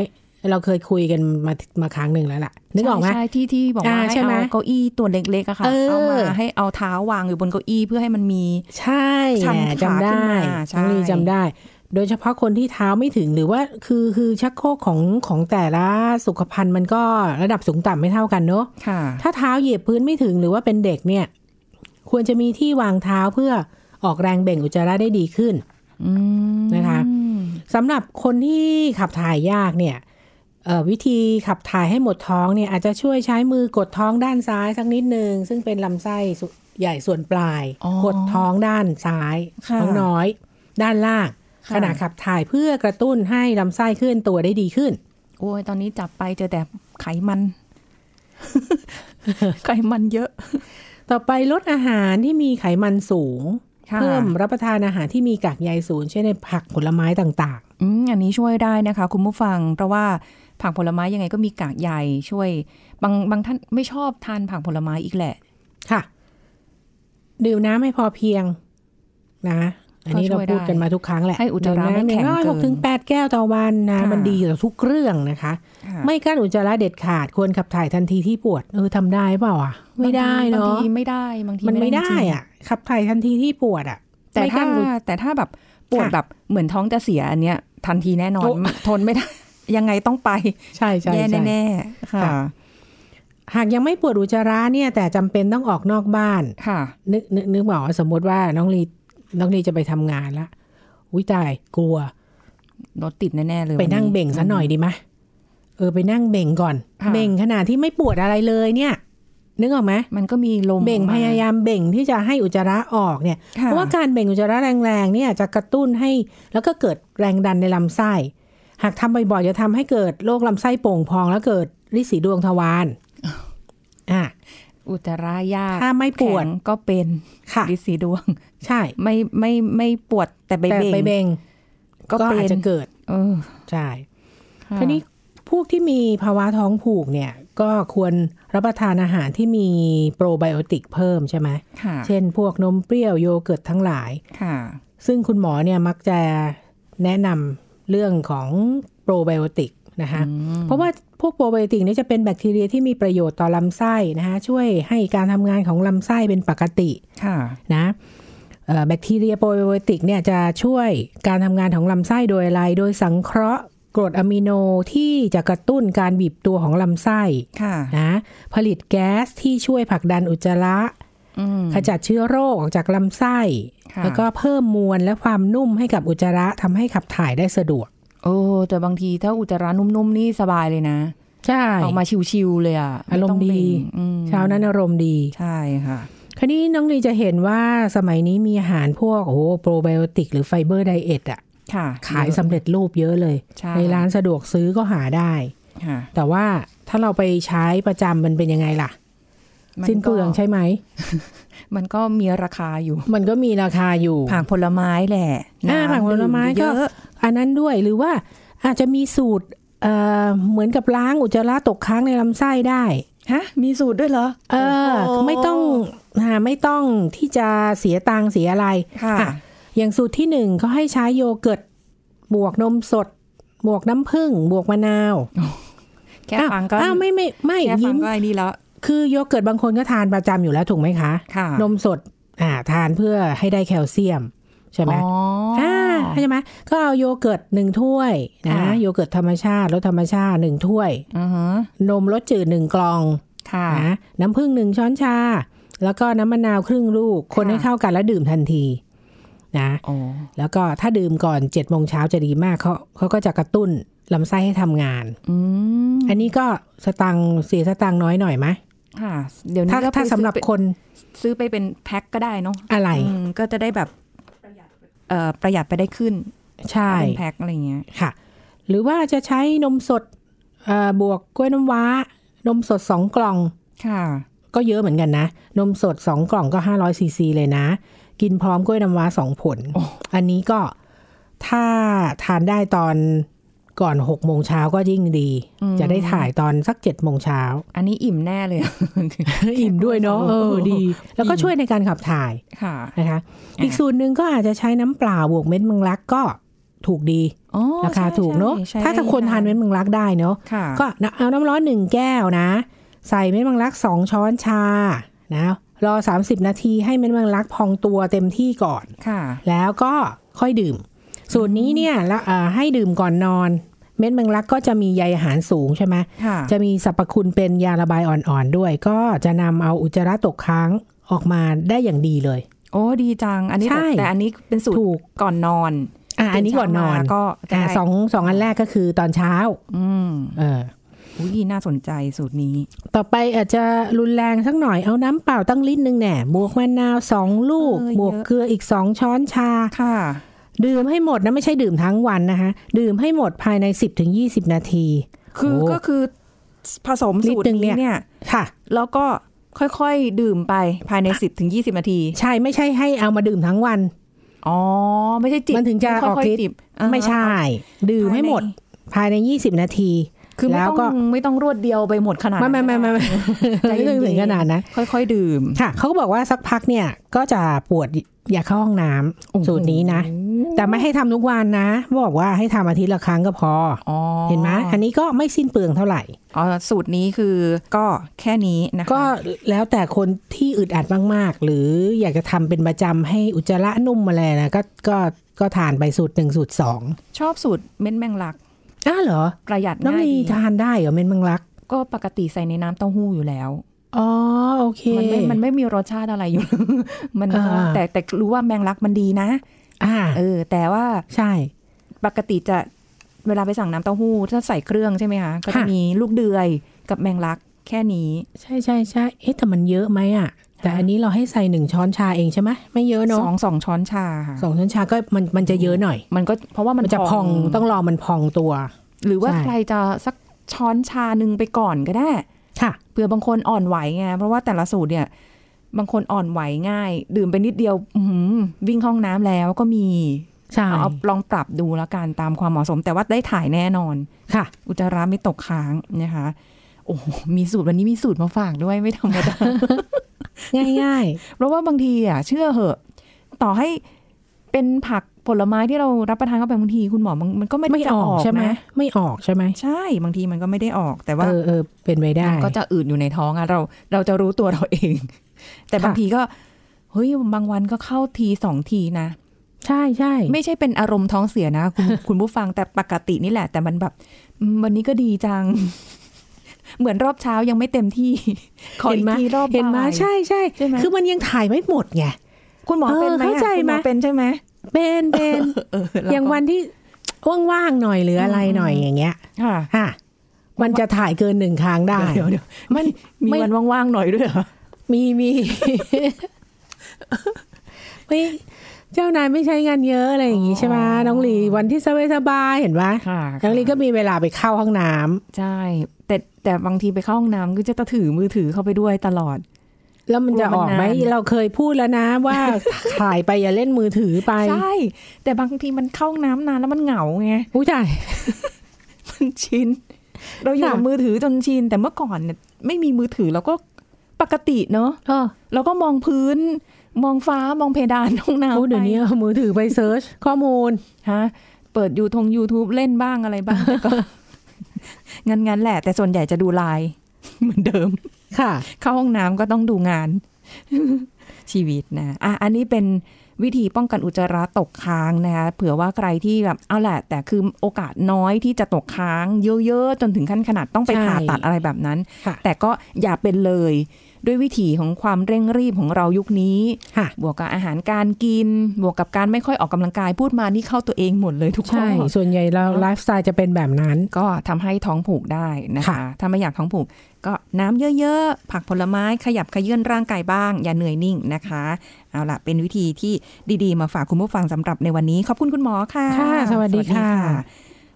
[SPEAKER 2] เราเคยคุยกันมามาครั้งหนึ่งแล้วล่ะนึกออกไหม
[SPEAKER 3] ใช่ใช่ที่ที่บอกว่า
[SPEAKER 2] อ่า
[SPEAKER 3] ให้
[SPEAKER 2] ใช่ไหม
[SPEAKER 3] เอาเก้าอี้ตัวเล็กๆอะค่ะ
[SPEAKER 2] เออ
[SPEAKER 3] เอามาให้เอาเท้าวางอยู่บนเก้าอี้เพื่อให้มันมี
[SPEAKER 2] ใช่
[SPEAKER 3] ชัน
[SPEAKER 2] แหม
[SPEAKER 3] ขา
[SPEAKER 2] จำได้
[SPEAKER 3] ขึ้นมาใช่
[SPEAKER 2] น้องลีจำได้ โดยเฉพาะคนที่เท้าไม่ถึงหรือว่าคือคือชักโครกของของแต่ละสุขภัณฑ์มันก็ระดับสูงต่ำไม่เท่ากันเนอะ
[SPEAKER 3] ค่ะ
[SPEAKER 2] ถ้าเท้าเหยียบพื้นไม่ถึงหรือว่าเป็นเด็กเนี่ย ควรจะมีที่วางเท้าเพื่อออกแรงเบ่งอุจจาระได้ดีขึ้น
[SPEAKER 3] อืม
[SPEAKER 2] นะคะ สำหรับคนที่ขับถ่ายยากเนี่ยเอ่อวิธีขับถ่ายให้หมดท้องเนี่ยอาจจะช่วยใช้มือกดท้องด้านซ้ายสักนิดนึง ซึ่งเป็นลำไส้สุใหญ่ส่วนปลาย
[SPEAKER 3] อ๋อก
[SPEAKER 2] ดท้องด้านซ้าย
[SPEAKER 3] ค่ะ
[SPEAKER 2] ท้องน้อย ด้านล่าง
[SPEAKER 3] ค่ะ
[SPEAKER 2] ขณะขับถ่ายเพื่อกระตุ้นให้ลำไส้เคลื่อนตัวได้ดีขึ้น
[SPEAKER 3] โอ้ยตอนนี้จับไปเจอแต่ไขมัน ไขมันเยอะ
[SPEAKER 2] ต่อไปลดอาหารที่มีไขมันสูง
[SPEAKER 3] ค่ะ
[SPEAKER 2] เพิ่มรับประทานอาหารที่มีกากใยสูงเช่นในผักผลไม้ต่าง
[SPEAKER 3] อืมอันนี้ช่วยได้นะคะ คุณผู้ฟัง เพราะว่าผักผลไม้ยังไงก็มีกากใยช่วย บางบางท่านไม่ชอบทานผักผลไม้อีกแหละ
[SPEAKER 2] ๆ ค่ะ ดื่มน้ำให้พอเพียงนะ อันนี้
[SPEAKER 3] ก็ช่
[SPEAKER 2] เรา
[SPEAKER 3] วย
[SPEAKER 2] พูด
[SPEAKER 3] ได้
[SPEAKER 2] กันมาทุกครั้งแหละ
[SPEAKER 3] ให้อุจจาระ
[SPEAKER 2] ดื่
[SPEAKER 3] ไม่
[SPEAKER 2] น้ำอย่า
[SPEAKER 3] แข็ง
[SPEAKER 2] น้อย
[SPEAKER 3] เกิน
[SPEAKER 2] หกถึงแปดแก้วต่อวันนะ
[SPEAKER 3] ค่ะ
[SPEAKER 2] มันดีต่อทุกเรื่องนะคะ
[SPEAKER 3] ไม่
[SPEAKER 2] ไม่กั้นอุจจาระเด็ดขาดควรขับถ่ายทันทีที่ปวดเออทำได้เปล่าอ่ะ ไม่ได้
[SPEAKER 3] บาง
[SPEAKER 2] เนาะ
[SPEAKER 3] ทีไม่ได้บางที
[SPEAKER 2] มันไม่
[SPEAKER 3] จ
[SPEAKER 2] ได้
[SPEAKER 3] ริงๆ
[SPEAKER 2] อ่ะขับถ่ายทันทีที่ปวดอ่ะ
[SPEAKER 3] แต่
[SPEAKER 2] ไม่
[SPEAKER 3] ถ้า
[SPEAKER 2] กั้นอุจ
[SPEAKER 3] แต่ถ้าแบบปวด
[SPEAKER 2] ค่ะ
[SPEAKER 3] แบบเหมือนท้องจะเสียอันเนี้ย ทันทีแน่นอน
[SPEAKER 2] โอ้
[SPEAKER 3] ทนไม่ได้ ยังไงต้องไป
[SPEAKER 2] ใช่ใช่
[SPEAKER 3] แย่
[SPEAKER 2] ใช่
[SPEAKER 3] แน่ๆค่ะ
[SPEAKER 2] ค่ะ หากยังไม่ปวดอุจจาระเนี่ยแต่จำเป็นต้องออกนอกบ้าน
[SPEAKER 3] ค่ะ
[SPEAKER 2] นึกนึกนึกบอกว่าสมมติว่าน้องลีน้องลีจะไปทำงานละอุ้ยตายกลัว
[SPEAKER 3] รถติดแน่ๆเลย
[SPEAKER 2] ไปนั่ง
[SPEAKER 3] วันนี้
[SPEAKER 2] เบ่งซะหน่อยดีไหมเออไปนั่งเบ่งก่อน
[SPEAKER 3] ค่ะ
[SPEAKER 2] เบ่งขนาดที่ไม่ปวดอะไรเลยเนี่ย นึกออกไหม
[SPEAKER 3] มันก็มีลม
[SPEAKER 2] เบ่งพยายามเบ่งที่จะให้อุจจาระออกเนี่ย เพ
[SPEAKER 3] เพ
[SPEAKER 2] ราะ
[SPEAKER 3] ราะ
[SPEAKER 2] ว่า
[SPEAKER 3] ว่า
[SPEAKER 2] การเบ่งอุจจาระแรงๆเนี่ยจะกระตุ้นให้ แล้วก็เกิดแรงดันในลำไส้ หากทำบ่อยๆจะทำให้เกิดโรคลำไส้โป่งพอง แล้วเกิดริดสีดวงทวารอ่ะ
[SPEAKER 3] อุจจาระยาก
[SPEAKER 2] ถ้าไม่ปวด
[SPEAKER 3] แข็งก็เป็น
[SPEAKER 2] ค่ะ
[SPEAKER 3] ดิสีดวง
[SPEAKER 2] ใช่
[SPEAKER 3] ไม่ไม่ไม่ปวดแต่ไป
[SPEAKER 2] แต่
[SPEAKER 3] เบ่ง
[SPEAKER 2] ไปเบ่งก็
[SPEAKER 3] ก็เป็
[SPEAKER 2] อาจ
[SPEAKER 3] น
[SPEAKER 2] จะเกิด
[SPEAKER 3] เออ
[SPEAKER 2] ใช่
[SPEAKER 3] ค่ะ
[SPEAKER 2] ทีนี้พวกที่มีภาวะท้องผูกเนี่ย ก็ควรรับประทานอาหารที่มีโปรไบโอติกเพิ่มใช่ไหม
[SPEAKER 3] ค่ะ
[SPEAKER 2] เช่นพวกนมเปรี้ยวโยเกิร์ตทั้งหลาย
[SPEAKER 3] ค่ะ
[SPEAKER 2] ซึ่งคุณหมอเนี่ยมักจะแนะนำเรื่องของโปรไบโอติกนะคะ เพราะว่า พวกโปรไบโอติกเนี่ยจะเป็นแบคทีเรียที่มีประโยชน์ต่อลำไส้นะคะช่วยให้การทำงานของลำไส้เป็นปกติ
[SPEAKER 3] ค่ะ
[SPEAKER 2] นะเอ่อแบคทีเรียโปรไบโอติกเนี่ยจะช่วยการทำงานของลำไส้โดยอะไร โดยสังเคราะห์กรดอะมิโนที่จะกระตุ้นการบีบตัวของลำไส้
[SPEAKER 3] ค่ะ
[SPEAKER 2] นะผลิตแก๊สที่ช่วยผลักดันอุจจาระ
[SPEAKER 3] อืม
[SPEAKER 2] ขจัดเชื้อโรคออกจากลำไส้
[SPEAKER 3] ค่ะ
[SPEAKER 2] แล้วก็เพิ่มมวลและความนุ่มให้กับอุจจาระทำให้ขับถ่ายได้สะดวก
[SPEAKER 3] โอ้แต่บางทีถ้าอุจจาระนุ่มๆ นี่สบายเลยนะ
[SPEAKER 2] ใช่
[SPEAKER 3] ออกมาชิวๆเลยอ่ะ
[SPEAKER 2] อารมณ์ดี
[SPEAKER 3] ไต้องเบ่งอืม
[SPEAKER 2] เช้านั้นอารมณ์ดี
[SPEAKER 3] ใช่ค่ะ
[SPEAKER 2] คราวนี้น้องลีจะเห็นว่าสมัยนี้มีอาหารพวกโอ้โหโปรไบโอติกหรือไฟเบอร์ไดเอทอะ
[SPEAKER 3] ค่ะ
[SPEAKER 2] ขายสำเร็จรูปเยอะเลย
[SPEAKER 3] ใช่
[SPEAKER 2] ในร้านสะดวกซื้อก็หาได้
[SPEAKER 3] ค่ะ
[SPEAKER 2] แต่ว่าถ้าเราไปใช้ประจำมันเป็นยังไงล่ะ
[SPEAKER 3] มั
[SPEAKER 2] สิ้นเปลืองใช่ไหม
[SPEAKER 3] มันก็มีราคาอยู่
[SPEAKER 2] มันก็มีราคาอยู่
[SPEAKER 3] ผักผลไม้แหละ
[SPEAKER 2] อ่า
[SPEAKER 3] น้ำ
[SPEAKER 2] ผักผลไม้ก็
[SPEAKER 3] ดื่เยอะ
[SPEAKER 2] อันนั้นด้วยหรือว่าอาจจะมีสูตรเอ่อเหมือนกับล้างอุจจาระตกค้างในลำไส้ได้
[SPEAKER 3] ฮะ มีสูตรด้วยเหรอ
[SPEAKER 2] เออ
[SPEAKER 3] โโห
[SPEAKER 2] ไม่ต้องนะไม่ต้องที่จะเสียตังค์เสียอะไร
[SPEAKER 3] ค่ะ
[SPEAKER 2] อ่ะ อย่างสูตรที่หนึ่งเขาให้ใช้โยเกิร์ต บวกนมสด บวกน้ำผึ้งบวกมะนาว
[SPEAKER 3] แค่
[SPEAKER 2] อ้าว
[SPEAKER 3] ฟังก็
[SPEAKER 2] อ้าวไม่ไม่ไม่
[SPEAKER 3] แค่ฟั
[SPEAKER 2] ยิ้
[SPEAKER 3] ง
[SPEAKER 2] ม
[SPEAKER 3] ก็ไอ้นี่แล้ว
[SPEAKER 2] คือโยเกิร์ตบางคนก็ทานประจำอยู่แล้วถูกไหมคะ
[SPEAKER 3] ค่ะ
[SPEAKER 2] นมสดอ่าทานเพื่อให้ได้แคลเซียม ใช่ไหม
[SPEAKER 3] อ๋ออ
[SPEAKER 2] อ่าใช่ไหมก็เอาโยเกิร์ตหนึ่งถ้วยนะ
[SPEAKER 3] ค่ะ
[SPEAKER 2] โยเกิร์ตธรรมชาติรสธรรมชาติหนึ่งถ้วย
[SPEAKER 3] อือฮะ
[SPEAKER 2] นมรสจืดหนึ่งกล่อง
[SPEAKER 3] ค่ะ
[SPEAKER 2] นะน้ำผึ้งหนึ่งช้อนชา แล้วก็น้ำมะนาวครึ่งลูก คน
[SPEAKER 3] ค่ะ
[SPEAKER 2] ให้เข้ากันแล้วดื่มทันทีนะ
[SPEAKER 3] โอ้
[SPEAKER 2] แล้วก็ถ้าดื่มก่อน7จ็ดโมงเช้าจะดีมากเขาเขาก็จะกระตุ้นลำไส้ให้ทำงาน
[SPEAKER 3] อืม
[SPEAKER 2] อันนี้ก็สตังค์เสียสตังค์น้อยหน่อยไหม
[SPEAKER 3] ค่ะ เดี๋ยวนี้
[SPEAKER 2] ถ้า
[SPEAKER 3] ก็
[SPEAKER 2] ถ้า
[SPEAKER 3] ไป
[SPEAKER 2] สำหรับ
[SPEAKER 3] ซื้อไป
[SPEAKER 2] คน
[SPEAKER 3] ซื้อไปเป็นแพ็คก็ได้เนาะ
[SPEAKER 2] อะไร
[SPEAKER 3] อืมก็จะได้แบบเอ่อประหยัดไปได้ขึ้น
[SPEAKER 2] ใช่
[SPEAKER 3] เป็นแพ็คอะไรเงี้ย
[SPEAKER 2] ค่ะ หรือว่าจะใช้นมสดเอ่อบวกกล้วยน้ำว้า นมสดสองกล่อง
[SPEAKER 3] ค่ะ
[SPEAKER 2] ก็เยอะเหมือนกันนะ นมสด 2 กล่องก็ 500ซีซีเลยนะ กินพร้อมกล้วยน้ำว้า 2 ผล
[SPEAKER 3] โอ้
[SPEAKER 2] อันนี้ก็ถ้าทานได้ตอนก่อน6โมงเช้าก็ยิ่งดี จะได้ถ่ายตอนสัก7โมงเช้า
[SPEAKER 3] อันนี้อิ่มแน่เลย
[SPEAKER 2] อิ่มด้วยเนาะเออดี แล้วก็ช่วยในการขับถ่าย
[SPEAKER 3] ค่ะ
[SPEAKER 2] นะคะ
[SPEAKER 3] อ่า
[SPEAKER 2] อีกสูตรหนึ่งก็อาจจะใช้น้ำเปล่าบวกเม็ดมังลักก็ถูกดี
[SPEAKER 3] อ๋อ
[SPEAKER 2] ราคา
[SPEAKER 3] ใช่
[SPEAKER 2] ถูกเนาะ
[SPEAKER 3] ใช่
[SPEAKER 2] ถ้าถ้าคนทานเม็ดมังลักได้เนาะ
[SPEAKER 3] ค่ะ
[SPEAKER 2] ก็เอาน้ำร้อนหนึ่งแก้วนะ ใส่เม็ดมังลักสองช้อนชานะรอ 30 นาทีให้เม็ดมังลักพองตัวเต็มที่ก่อน
[SPEAKER 3] ค่ะ
[SPEAKER 2] แล้วก็ค่อยดื่ม สูตรนี้เนี่ยละเอ่อให้ดื่มก่อนนอน เม็ดมังลักก็จะมีใยอาหารสูงใช่ไหม
[SPEAKER 3] ค่ะ
[SPEAKER 2] จะมีสรรพคุณเป็นยาระบายอ่อนๆด้วย ก็จะนำเอาอุจจาระตกค้างออกมาได้อย่างดีเลย
[SPEAKER 3] โอ้ดีจัง อันนี้
[SPEAKER 2] ใช่
[SPEAKER 3] แต่แต่อันนี้เป็นสูตร
[SPEAKER 2] ถูก
[SPEAKER 3] ก่อนนอน
[SPEAKER 2] อ่ะอันนี้ก่อนนอน
[SPEAKER 3] ตื่เช้ามาก็จะ
[SPEAKER 2] อ่ะ
[SPEAKER 3] ได้
[SPEAKER 2] สองสองอันแรกก็คือตอนเช้า
[SPEAKER 3] อืม
[SPEAKER 2] เออ
[SPEAKER 3] อุ้ยน่าสนใจสูตรนี้
[SPEAKER 2] ต่อไปอาจจะรุนแรงสักหน่อยเอาน้ำเปล่าตั้งลิตรหนึ่งแหน่บวกมะนาวสองลูก
[SPEAKER 3] เออเยอะ
[SPEAKER 2] บวกเกลืออีกสองช้อนชา
[SPEAKER 3] ค่ะ
[SPEAKER 2] ดื่มให้หมดนะ ไม่ใช่ดื่มทั้งวันนะคะดื่มให้หมดภายใน 10-20ถึง20 นาที
[SPEAKER 3] คือ
[SPEAKER 2] โอ้
[SPEAKER 3] ก็คือผสมสูตร
[SPEAKER 2] ลิตรหนึ่งเนี่
[SPEAKER 3] นี้
[SPEAKER 2] ย
[SPEAKER 3] เนี่ย
[SPEAKER 2] ค่ะ
[SPEAKER 3] แล้วก็ค่อยๆดื่มไปภายใน 10ถึง20 นาที
[SPEAKER 2] ใช่ไม่ใช่ให้เอามาดื่มทั้งวัน
[SPEAKER 3] อ๋อ ไม่ใช่จิบ
[SPEAKER 2] มันถึงจะ
[SPEAKER 3] ค่ยๆ
[SPEAKER 2] ออกฤทธิ์
[SPEAKER 3] จิบอ่า
[SPEAKER 2] ไม่ใช่ ดื่มให้หมดภายใน 20 นาที
[SPEAKER 3] คือไม่
[SPEAKER 2] แล้ว
[SPEAKER 3] ต้อง
[SPEAKER 2] ก็
[SPEAKER 3] ไม่ต้องรวดเดียวไปหมดขนาด
[SPEAKER 2] ไม่
[SPEAKER 3] นั้น
[SPEAKER 2] ไม่ไม่ไม่ไม่
[SPEAKER 3] ใจ
[SPEAKER 2] ไม่
[SPEAKER 3] เย็
[SPEAKER 2] ต้อง
[SPEAKER 3] นๆ
[SPEAKER 2] ถึงขนาดนะ
[SPEAKER 3] ค่อยๆดื่ม
[SPEAKER 2] ค่ะเขาก็บอกว่าสักพักเนี่ยก็จะปวดอยากเข้าห้องน้ำ
[SPEAKER 3] โอ้โห
[SPEAKER 2] สูตรนี้นะ แต่ไม่ให้ทำทุกวันนะบอกว่าให้ทำอาทิตย์ละครั้งก็พอ
[SPEAKER 3] อ๋อ
[SPEAKER 2] เห็นไหมอันนี้ก็ไม่สิ้นเปลืองเท่าไหร่
[SPEAKER 3] อ๋อสูตรนี้คือก็แค่นี้นะคะ
[SPEAKER 2] ก็แล้วแต่คนที่อึดอัดมาก ๆ หรืออยากจะทำเป็นประจำให้อุจจาระนุ่มมาเลยนะก็ก็ก็ทานไปสูตรหนึ่งสูตรสอง
[SPEAKER 3] ชอบสูตรเม็ดแมงลัก
[SPEAKER 2] อ้าวเหรอ
[SPEAKER 3] ประหยัด
[SPEAKER 2] น้อง
[SPEAKER 3] ง่าย
[SPEAKER 2] ลี
[SPEAKER 3] ดี
[SPEAKER 2] ทานได้เหรอเม็ดมังลัก
[SPEAKER 3] ก็ปกติใส่ในน้ำเต้าหู้อยู่แล้ว
[SPEAKER 2] อ๋อ โอเค
[SPEAKER 3] มันไม่มันไม่มีรสชาติอะไรอยู่ มันก็
[SPEAKER 2] อ่า
[SPEAKER 3] แต่แต่รู้ว่าแมงลักมันดีนะ
[SPEAKER 2] อ่า
[SPEAKER 3] เออ แต่ว่า
[SPEAKER 2] ใช่
[SPEAKER 3] ปกติจะเวลาไปสั่งน้ำเต้าหู้ถ้าใส่เครื่องใช่ไหมคะก็จะ
[SPEAKER 2] ค่ะ
[SPEAKER 3] มีลูกเดือยกับแมงลักแค่นี้
[SPEAKER 2] ใช่ใช่ใช่เอ๊ะแต่มันเยอะไหมอ่ะ แต่
[SPEAKER 3] ค่ะ
[SPEAKER 2] อันนี้เราให้ใส่หนึ่งช้อนชาเองใช่ไหมไม่เยอะเน
[SPEAKER 3] ส
[SPEAKER 2] อะ
[SPEAKER 3] องสองช้อนชาค่ะ
[SPEAKER 2] สองช้อนชาก็มันมันจะเยอะหน่อย
[SPEAKER 3] มันก็เพราะว่ามั
[SPEAKER 2] มันนจะพองต้องรอมันพองตัว
[SPEAKER 3] หรือว่า
[SPEAKER 2] ใช่
[SPEAKER 3] ใครจะสักช้อนชาหนึ่งไปก่อนก็ได้
[SPEAKER 2] ค่ะ
[SPEAKER 3] เผื่อบางคนอ่อนไหวไงเพราะว่าแต่ละสูตรเนี่ย บางคนอ่อนไหวง่าย ดื่มไปนิดเดียวอื้อหือวิ่งเข้าห้องน้ำแล้วก็มี
[SPEAKER 2] ใช่
[SPEAKER 3] เอาเอาลองปรับดูแล้วกันตามความเหมาะสม แต่ว่าได้ถ่ายแน่นอน
[SPEAKER 2] ค่ะ
[SPEAKER 3] อุจจาระไม่ตกค้างนะคะ โอ้โหมีสูตรวันนี้มีสูตรมาฝากด้วยไม่ธรรมดา
[SPEAKER 2] ง่าย
[SPEAKER 3] เพราะว่าบางทีอ่ะเชื่อเหอะ ต่อให้เป็นผักผ ผลไม้ที่เรารับประทานเข้าไปบางทีคุณหมอมันมันก็ไม่
[SPEAKER 2] ไม่
[SPEAKER 3] ได้
[SPEAKER 2] อ
[SPEAKER 3] จะ
[SPEAKER 2] อกใช่ไหม
[SPEAKER 3] นะ
[SPEAKER 2] ไม่ออกใช่ไหม
[SPEAKER 3] ใช่บางทีมันก็ไม่ได้ออกแต่ว่า
[SPEAKER 2] เออเออเป็นไปได้
[SPEAKER 3] มันก็จะอืดอยู่ในท้องอะเราเราจะรู้ตัวเราเอง แต่
[SPEAKER 2] ค่ะ
[SPEAKER 3] บางทีก็เฮ้ยบางวันก็เข้าทีสองทีนะ
[SPEAKER 2] ใช่ใช่
[SPEAKER 3] ไม่ใช่เป็นอารมณ์ท้องเสียนะ คุณ คุณผู้ฟังแต่ปกตินี่แหละ แต่มันแบบอืมวันนี้ก็ดีจัง เหมือนรอบเช้ายังไม่เต็ม ที่ ขอ
[SPEAKER 2] เห็
[SPEAKER 3] อี
[SPEAKER 2] น
[SPEAKER 3] ก
[SPEAKER 2] ไหม
[SPEAKER 3] ทีรอบบ่าย
[SPEAKER 2] เห็นไหมใช่ใช่
[SPEAKER 3] ใช่ไหม
[SPEAKER 2] คือมันยังถ่ายไม่หมดไง
[SPEAKER 3] คุณหมอ
[SPEAKER 2] เออ
[SPEAKER 3] เป็นไหมอะ
[SPEAKER 2] เข้าใจ
[SPEAKER 3] คุณ
[SPEAKER 2] ไห
[SPEAKER 3] หมอ
[SPEAKER 2] ม
[SPEAKER 3] เป็นใช่ไหม
[SPEAKER 2] เป็นเป็น
[SPEAKER 3] เออเรก็
[SPEAKER 2] อย่างวันที่ว่างๆหน่อยหรืออะไรหน่อยอย่างเงี้ย
[SPEAKER 3] ค่ะ
[SPEAKER 2] อ่ะมันจะถ่ายเกินหนึ่งครั้งได้
[SPEAKER 3] เดี๋ยวเดี๋ยวมันมี
[SPEAKER 2] ไม่
[SPEAKER 3] วันว่างๆหน่อยด้วยเหรอ
[SPEAKER 2] มีมีไม่เจ้านายไม่ใช้งานเยอะอะไรอย่างงี้ใช่ไหมน้องลีวันที่สบายสบายๆเห็นไหม
[SPEAKER 3] ค่ะ
[SPEAKER 2] น้องลีก็มีเวลาไปเข้าห้องน้ำ
[SPEAKER 3] ใช่แต่แต่บางทีไปเข้าห้องน้ำก็จะถือมือถือเข้าไปด้วยตลอด
[SPEAKER 2] แล้วมันจะออกไหม
[SPEAKER 3] กลัวมันนาน
[SPEAKER 2] เราเคยพูดแล้วนะว่า ถ่ายไปอย่าเล่นมือถือไป
[SPEAKER 3] ใช่ แต่บางทีมันเข้าห้องน้ำนานแล้วมันเหงาไง
[SPEAKER 2] อุ้ยจ่าย
[SPEAKER 3] มันชิน เราอยู่กับ
[SPEAKER 2] ค่ะ
[SPEAKER 3] มือถือจนชิน แต่เมื่อก่อนเนี่ยไม่มีมือถือเราก็ปกติเนอะ
[SPEAKER 2] เออ
[SPEAKER 3] เราก็มองพื้น มองฟ้ามองเพดานห้องน้ำ
[SPEAKER 2] โอ้เดี๋ยวนี้เอามือถือไปเซิร์ชข้อมูล
[SPEAKER 3] ฮะเปิดยูทง YouTube เล่นบ้างอะไร บ้างแต่ก็ งั้นงั้นๆแหละ แต่ส่วนใหญ่จะดูไลน์ เหมือนเดิม
[SPEAKER 2] ค่ะ
[SPEAKER 3] เข้าห้องน้ำก็ต้องดูงาน ชีวิตนะอ่ะอันนี้เป็นวิธีป้องกันอุจจาระตกค้างนะคะเผื่อว่าใครที่แบบเอาแหละ แต่คือโอกาสน้อยที่จะตกค้างเยอะๆ จนถึงขั้นขนาดต้องไป
[SPEAKER 2] ใช่
[SPEAKER 3] ผ่าตัดอะไรแบบนั้น
[SPEAKER 2] ค่ะ
[SPEAKER 3] แต่ก็อย่าเป็นเลยด้วยวิถีของความเร่งรีบของเรายุคนี้
[SPEAKER 2] ค่ะ
[SPEAKER 3] บวกกับอาหารการกิน บวกกับการไม่ค่อยออกกำลังกายพูดมานี่เข้าตัวเองหมดเลยทุกข้
[SPEAKER 2] ใช่
[SPEAKER 3] อ
[SPEAKER 2] ส่วนใหญ่เราไลฟ์สไตล์จะเป็นแบบนั้น
[SPEAKER 3] ก็ทำให้ท้องผูกได้นะคะ
[SPEAKER 2] ค่ะ
[SPEAKER 3] ถ้าไม่อยากท้องผูก ก็น้ำเยอะๆ ผักผลไม้ขยับขยื่นร่างกายบ้าง อย่าเหนื่อยนิ่งนะคะ เอาล่ะ เป็นวิธีที่ดีๆ มาฝากคุณผู้ฟังสำหรับในวันนี้ ขอบคุณคุณหมอค่ะ
[SPEAKER 2] ค่ะสวัสดีค่ะ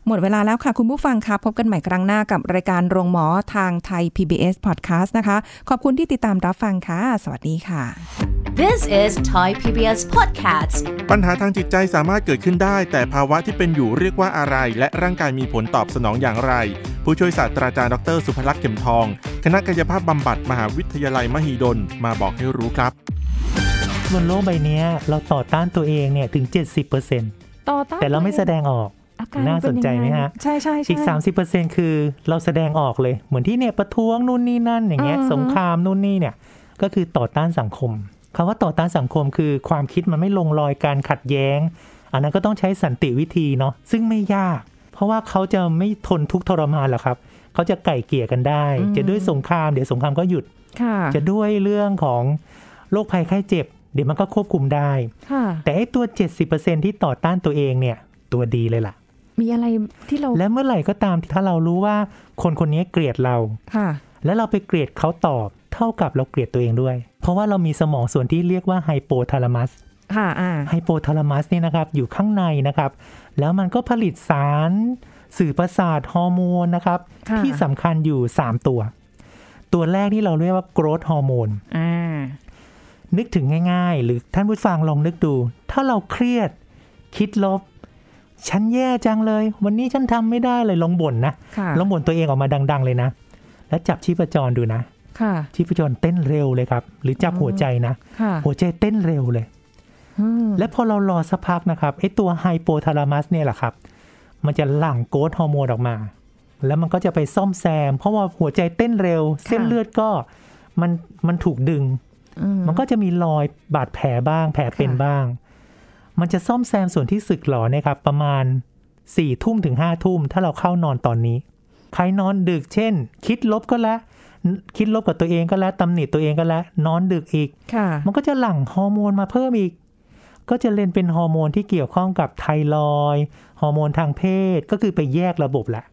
[SPEAKER 3] หมดเวลาแล้วค่ะคุณผู้ฟังครับพบกันใหม่ครั้งหน้ากับรายการโรงหมอทางไทย PBS Podcast นะคะ ขอบคุณที่ติดตามรับฟังค่ะ สวัสดีค่ะ
[SPEAKER 1] This is Thai PBS Podcast.
[SPEAKER 4] ปัญหาทางจิตใจสามารถเกิดขึ้นได้ แต่ภาวะที่เป็นอยู่เรียกว่าอะไร และร่างกายมีผลตอบสนองอย่างไร ผู้ช่วยศาสตราจารย์ดรสุภลักษณ์เข็มทอง คณะกายภาพบำบัดมหาวิทยาลัยมหิดลมาบอกให้รู้ครับ
[SPEAKER 5] บนโลกใบเนี้ยเราต่อต้านตัวเอง เนี่ย ถึง 70%
[SPEAKER 3] ต่อต้าน
[SPEAKER 5] แต่เราไม่แสดงออก
[SPEAKER 3] อการ
[SPEAKER 5] น่าสนใจไหมฮะ
[SPEAKER 3] เป็นยังงใช่ใช่ใช่
[SPEAKER 5] อีก 30%คือเราแสดงออกเลย เหมือนที่เนี่ยประท้วงนู่นนี่นั่นอย่างเงี้ย
[SPEAKER 3] อ่าฮะ
[SPEAKER 5] สงครามนู่นนี่เนี่ยก็คือต่อต้านสังคมคำว่าต่อต้านสังคมคือความคิดมันไม่ลงรอยการขัดแย้ง อันนั้นก็ต้องใช้สันติวิธีเนาะซึ่งไม่ยาก เพราะว่าเขาจะไม่ทนทุกข์ทรมานหรอกครับเขาจะไก่เกลี่ยกันได้ จะด้วยสงครามเดี๋ยวสงครามก็หยุด
[SPEAKER 3] ค่ะ
[SPEAKER 5] จะด้วยเรื่องของโรคภัยไข้เจ็บ เดี๋ยวมันก็ควบคุมได้
[SPEAKER 3] ค่ะ
[SPEAKER 5] แต่ไอ้ตัว 70%ที่ต่อต้านตัวเองเนี่ย ตัวดีเลยล่ะ
[SPEAKER 3] มีอะไรที่เรา
[SPEAKER 5] และเมื่อไหร่ก็ตามที่ถ้าเรารู้ว่าคนคนนี้เกลียดเรา
[SPEAKER 3] ค่ะ
[SPEAKER 5] แล้วเราไปเกลียดเขาตอบเท่ากับเราเกลียดตัวเองด้วย เพราะว่าเรามีสมองส่วนที่เรียกว่าไฮโปทาลามัส
[SPEAKER 3] ค่ะอ่า
[SPEAKER 5] ไฮโปทาลามัสนี่นะครับอยู่ข้างในนะครับ แล้วมันก็ผลิตสาร สื่อประสาทฮอร์โมนนะครับ
[SPEAKER 3] ค่ะ
[SPEAKER 5] ที่สำคัญอยู่ 3 ตัว ตัวแรกที่เราเรียกว่าโกรทฮอร์โมน
[SPEAKER 3] อ่า
[SPEAKER 5] นึกถึงง่ายๆ หรือท่านผู้ฟังลองนึกดู ถ้าเราเครียด คิดลบ ฉันแย่จังเลย วันนี้ฉันทำไม่ได้เลยลองบ่นนะ
[SPEAKER 3] ค่ะ
[SPEAKER 5] ลองบ่นตัวเองออกมาดัง ๆ เลยนะ แล้วจับชีพจรดูนะ
[SPEAKER 3] ค่ะ
[SPEAKER 5] ชีพจรเต้นเร็วเลยครับ หรือจับหัวใจนะ
[SPEAKER 3] ค่ะ
[SPEAKER 5] หัวใจเต้นเร็วเลย
[SPEAKER 3] อืม
[SPEAKER 5] และพอเรารอสักพักนะครับไอ้ตัวไฮโปทาลามัสเนี่ยแหละครับ มันจะหลั่งโกรทฮอร์โมนออกมา แล้วมันก็จะไปซ่อมแซม เพราะว่าหัวใจเต้นเร็ว เส้นเลือดก็มันมันถูกดึง
[SPEAKER 3] อืม
[SPEAKER 5] มันก็จะมีรอยบาดแผลบ้าง แผลเป็น
[SPEAKER 3] ค่ะ
[SPEAKER 5] บ้าง มันจะซ่อมแซมส่วนที่สึกหรอเนะครับ ประมาณ4ี่ทุ่มถึง5้าทุ่ม ถ้าเราเข้านอนตอนนี้ ใครนอนดึกเช่น คิดลบก็แล้ว คิดลบกับตัวเองก็แล้วตำหนิตัวเองก็แล้ว นอนดึกอีก
[SPEAKER 3] ค่ะ
[SPEAKER 5] มันก็จะหลั่งฮอร์โมนมาเพิ่มอีก ก็จะเล่นเป็นฮอร์โมนที่เกี่ยวข้องกับไทรอยด์ฮอร์โมนทางเพศก็คือไปแยกระบบละ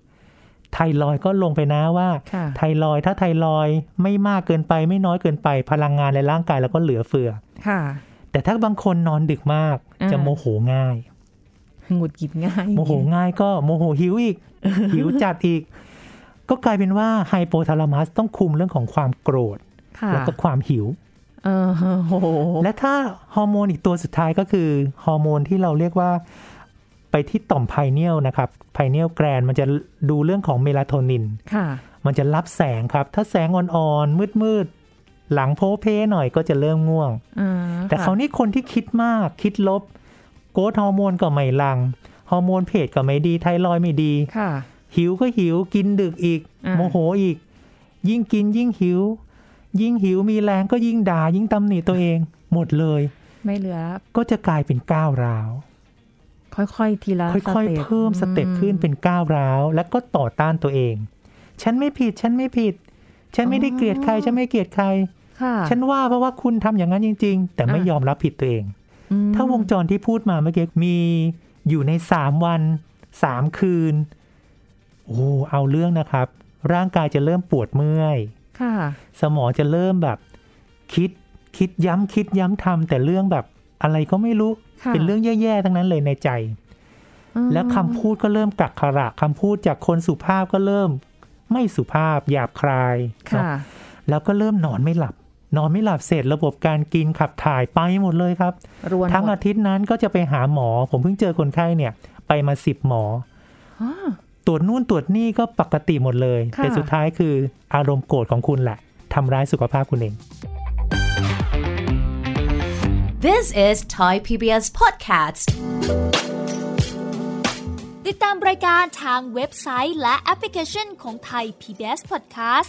[SPEAKER 5] ไทรอยด์ก็ลงไปนะว่า
[SPEAKER 3] ค่ะ
[SPEAKER 5] ไทรอยด์ถ้าไทรอยด์ไม่มากเกินไปไม่น้อยเกินไปพลังงานในร่างกายเราก็เหลือเฟือ
[SPEAKER 3] ค่ะ
[SPEAKER 5] แต่ถ้าบางคนนอนดึกมาก
[SPEAKER 3] อ่า
[SPEAKER 5] จะโมโหง่าย
[SPEAKER 3] หงุดหงิดง่าย
[SPEAKER 5] โมโหง่ายก็โมโหหิว อีก หิวจัดอีก ก็กลายเป็นว่าไฮโปทาลามัสต้องคุมเรื่องของความโกรธ
[SPEAKER 3] ค่ะ
[SPEAKER 5] แล้วก็ความหิว
[SPEAKER 3] เออโอ้โห
[SPEAKER 5] และถ้าฮอร์โมนอีกตัวสุดท้ายก็คือฮอร์โมนที่เราเรียกว่าไปที่ต่อมไพเนียลนะครับไพเนียลแกรนมันจะดูเรื่องของเมลาโทนิน
[SPEAKER 3] ค่ะ
[SPEAKER 5] มันจะรับแสงครับ ถ้าแสงอ่อนๆ มืดๆ หลังโพเพหน่อยก็จะเริ่มง่วง
[SPEAKER 3] อ่า
[SPEAKER 5] แต่
[SPEAKER 3] ะ
[SPEAKER 5] คราวนี้คนที่คิดมากคิดลบ โกรทฮอร์โมนก็ไม่หลัง ฮอร์โมนเพศก็ไม่ดี ไทรอยด์ไม่ดี
[SPEAKER 3] ค่ะ
[SPEAKER 5] หิวก็หิวกินดึกอีก
[SPEAKER 3] อ่า
[SPEAKER 5] โมโหอีก ยิ่งกินยิ่งหิว ยิ่งหิวมีแรงก็ยิ่งด่ายิ่งตำหนิตัวเอง หมดเลย
[SPEAKER 3] ไม่เหลือ
[SPEAKER 5] ก็จะกลายเป็นก้าวร้าว
[SPEAKER 3] ค่อยๆ ทีละ
[SPEAKER 5] ค่อ
[SPEAKER 3] ส
[SPEAKER 5] ย
[SPEAKER 3] ต็
[SPEAKER 5] ๆ
[SPEAKER 3] ป
[SPEAKER 5] เพิ่มสเต็ปขึ้นเป็นก้าวร้าว แล้วก็ต่อต้านตัวเอง ฉันไม่ผิด ฉันไม่ผิด ฉันไม่ได้เกลียดใคร ฉันไม่เกลียดใคร
[SPEAKER 3] ค่ะ
[SPEAKER 5] ฉันว่าเพราะว่าคุณทำอย่างนั้นจริง ๆ แต่ไม่
[SPEAKER 3] อ่ะ
[SPEAKER 5] ยอมรับผิดตัวเอง
[SPEAKER 3] อืม
[SPEAKER 5] ถ้าวงจรที่พูดมาเมื่อกี้มีอยู่ใน 3 วัน 3 คืน โอ้ เอาเรื่องนะครับ ร่างกายจะเริ่มปวดเมื่อย
[SPEAKER 3] ค่ะ
[SPEAKER 5] สมองจะเริ่มแบบ คิดคิดย้ำคิดย้ำทำแต่เรื่องแบบอะไรก็ไม่รู้
[SPEAKER 3] ค่ะ
[SPEAKER 5] เป็นเรื่องแย่ๆ ทั้งนั้นเลยในใจ
[SPEAKER 3] อืม
[SPEAKER 5] แล้วคำพูดก็เริ่มกักขระคำพูดจากคนสุภาพก็เริ่ม ไม่สุภาพหยาบคลายเน
[SPEAKER 3] ค่ะ
[SPEAKER 5] อะแล้วก็เริ่มนอนไม่หลับ นอนไม่หลับเสร็จระบบการกินขับถ่ายไปหมดเลยครับ
[SPEAKER 3] รวน
[SPEAKER 5] ทั้ง
[SPEAKER 3] หม
[SPEAKER 5] อา
[SPEAKER 3] ด
[SPEAKER 5] ทิตย์นั้นก็จะไปหาหมอ ผมเพิ่งเจอคนไข้เนี่ย ไปมาสิบหมอ
[SPEAKER 3] อ๋อ
[SPEAKER 5] ตรวจนู่นตรวจนี่ก็ปกติหมดเลย
[SPEAKER 3] ค่ะ
[SPEAKER 5] แต่สุดท้ายคืออารมณ์โกรธของคุณแหละทำร้ายสุขภาพคุณเอง
[SPEAKER 1] This is Thai PBS Podcast
[SPEAKER 6] ติดตามรายการทางเว็บไซต์และแอปพลิเคชันของไทย PBS Podcast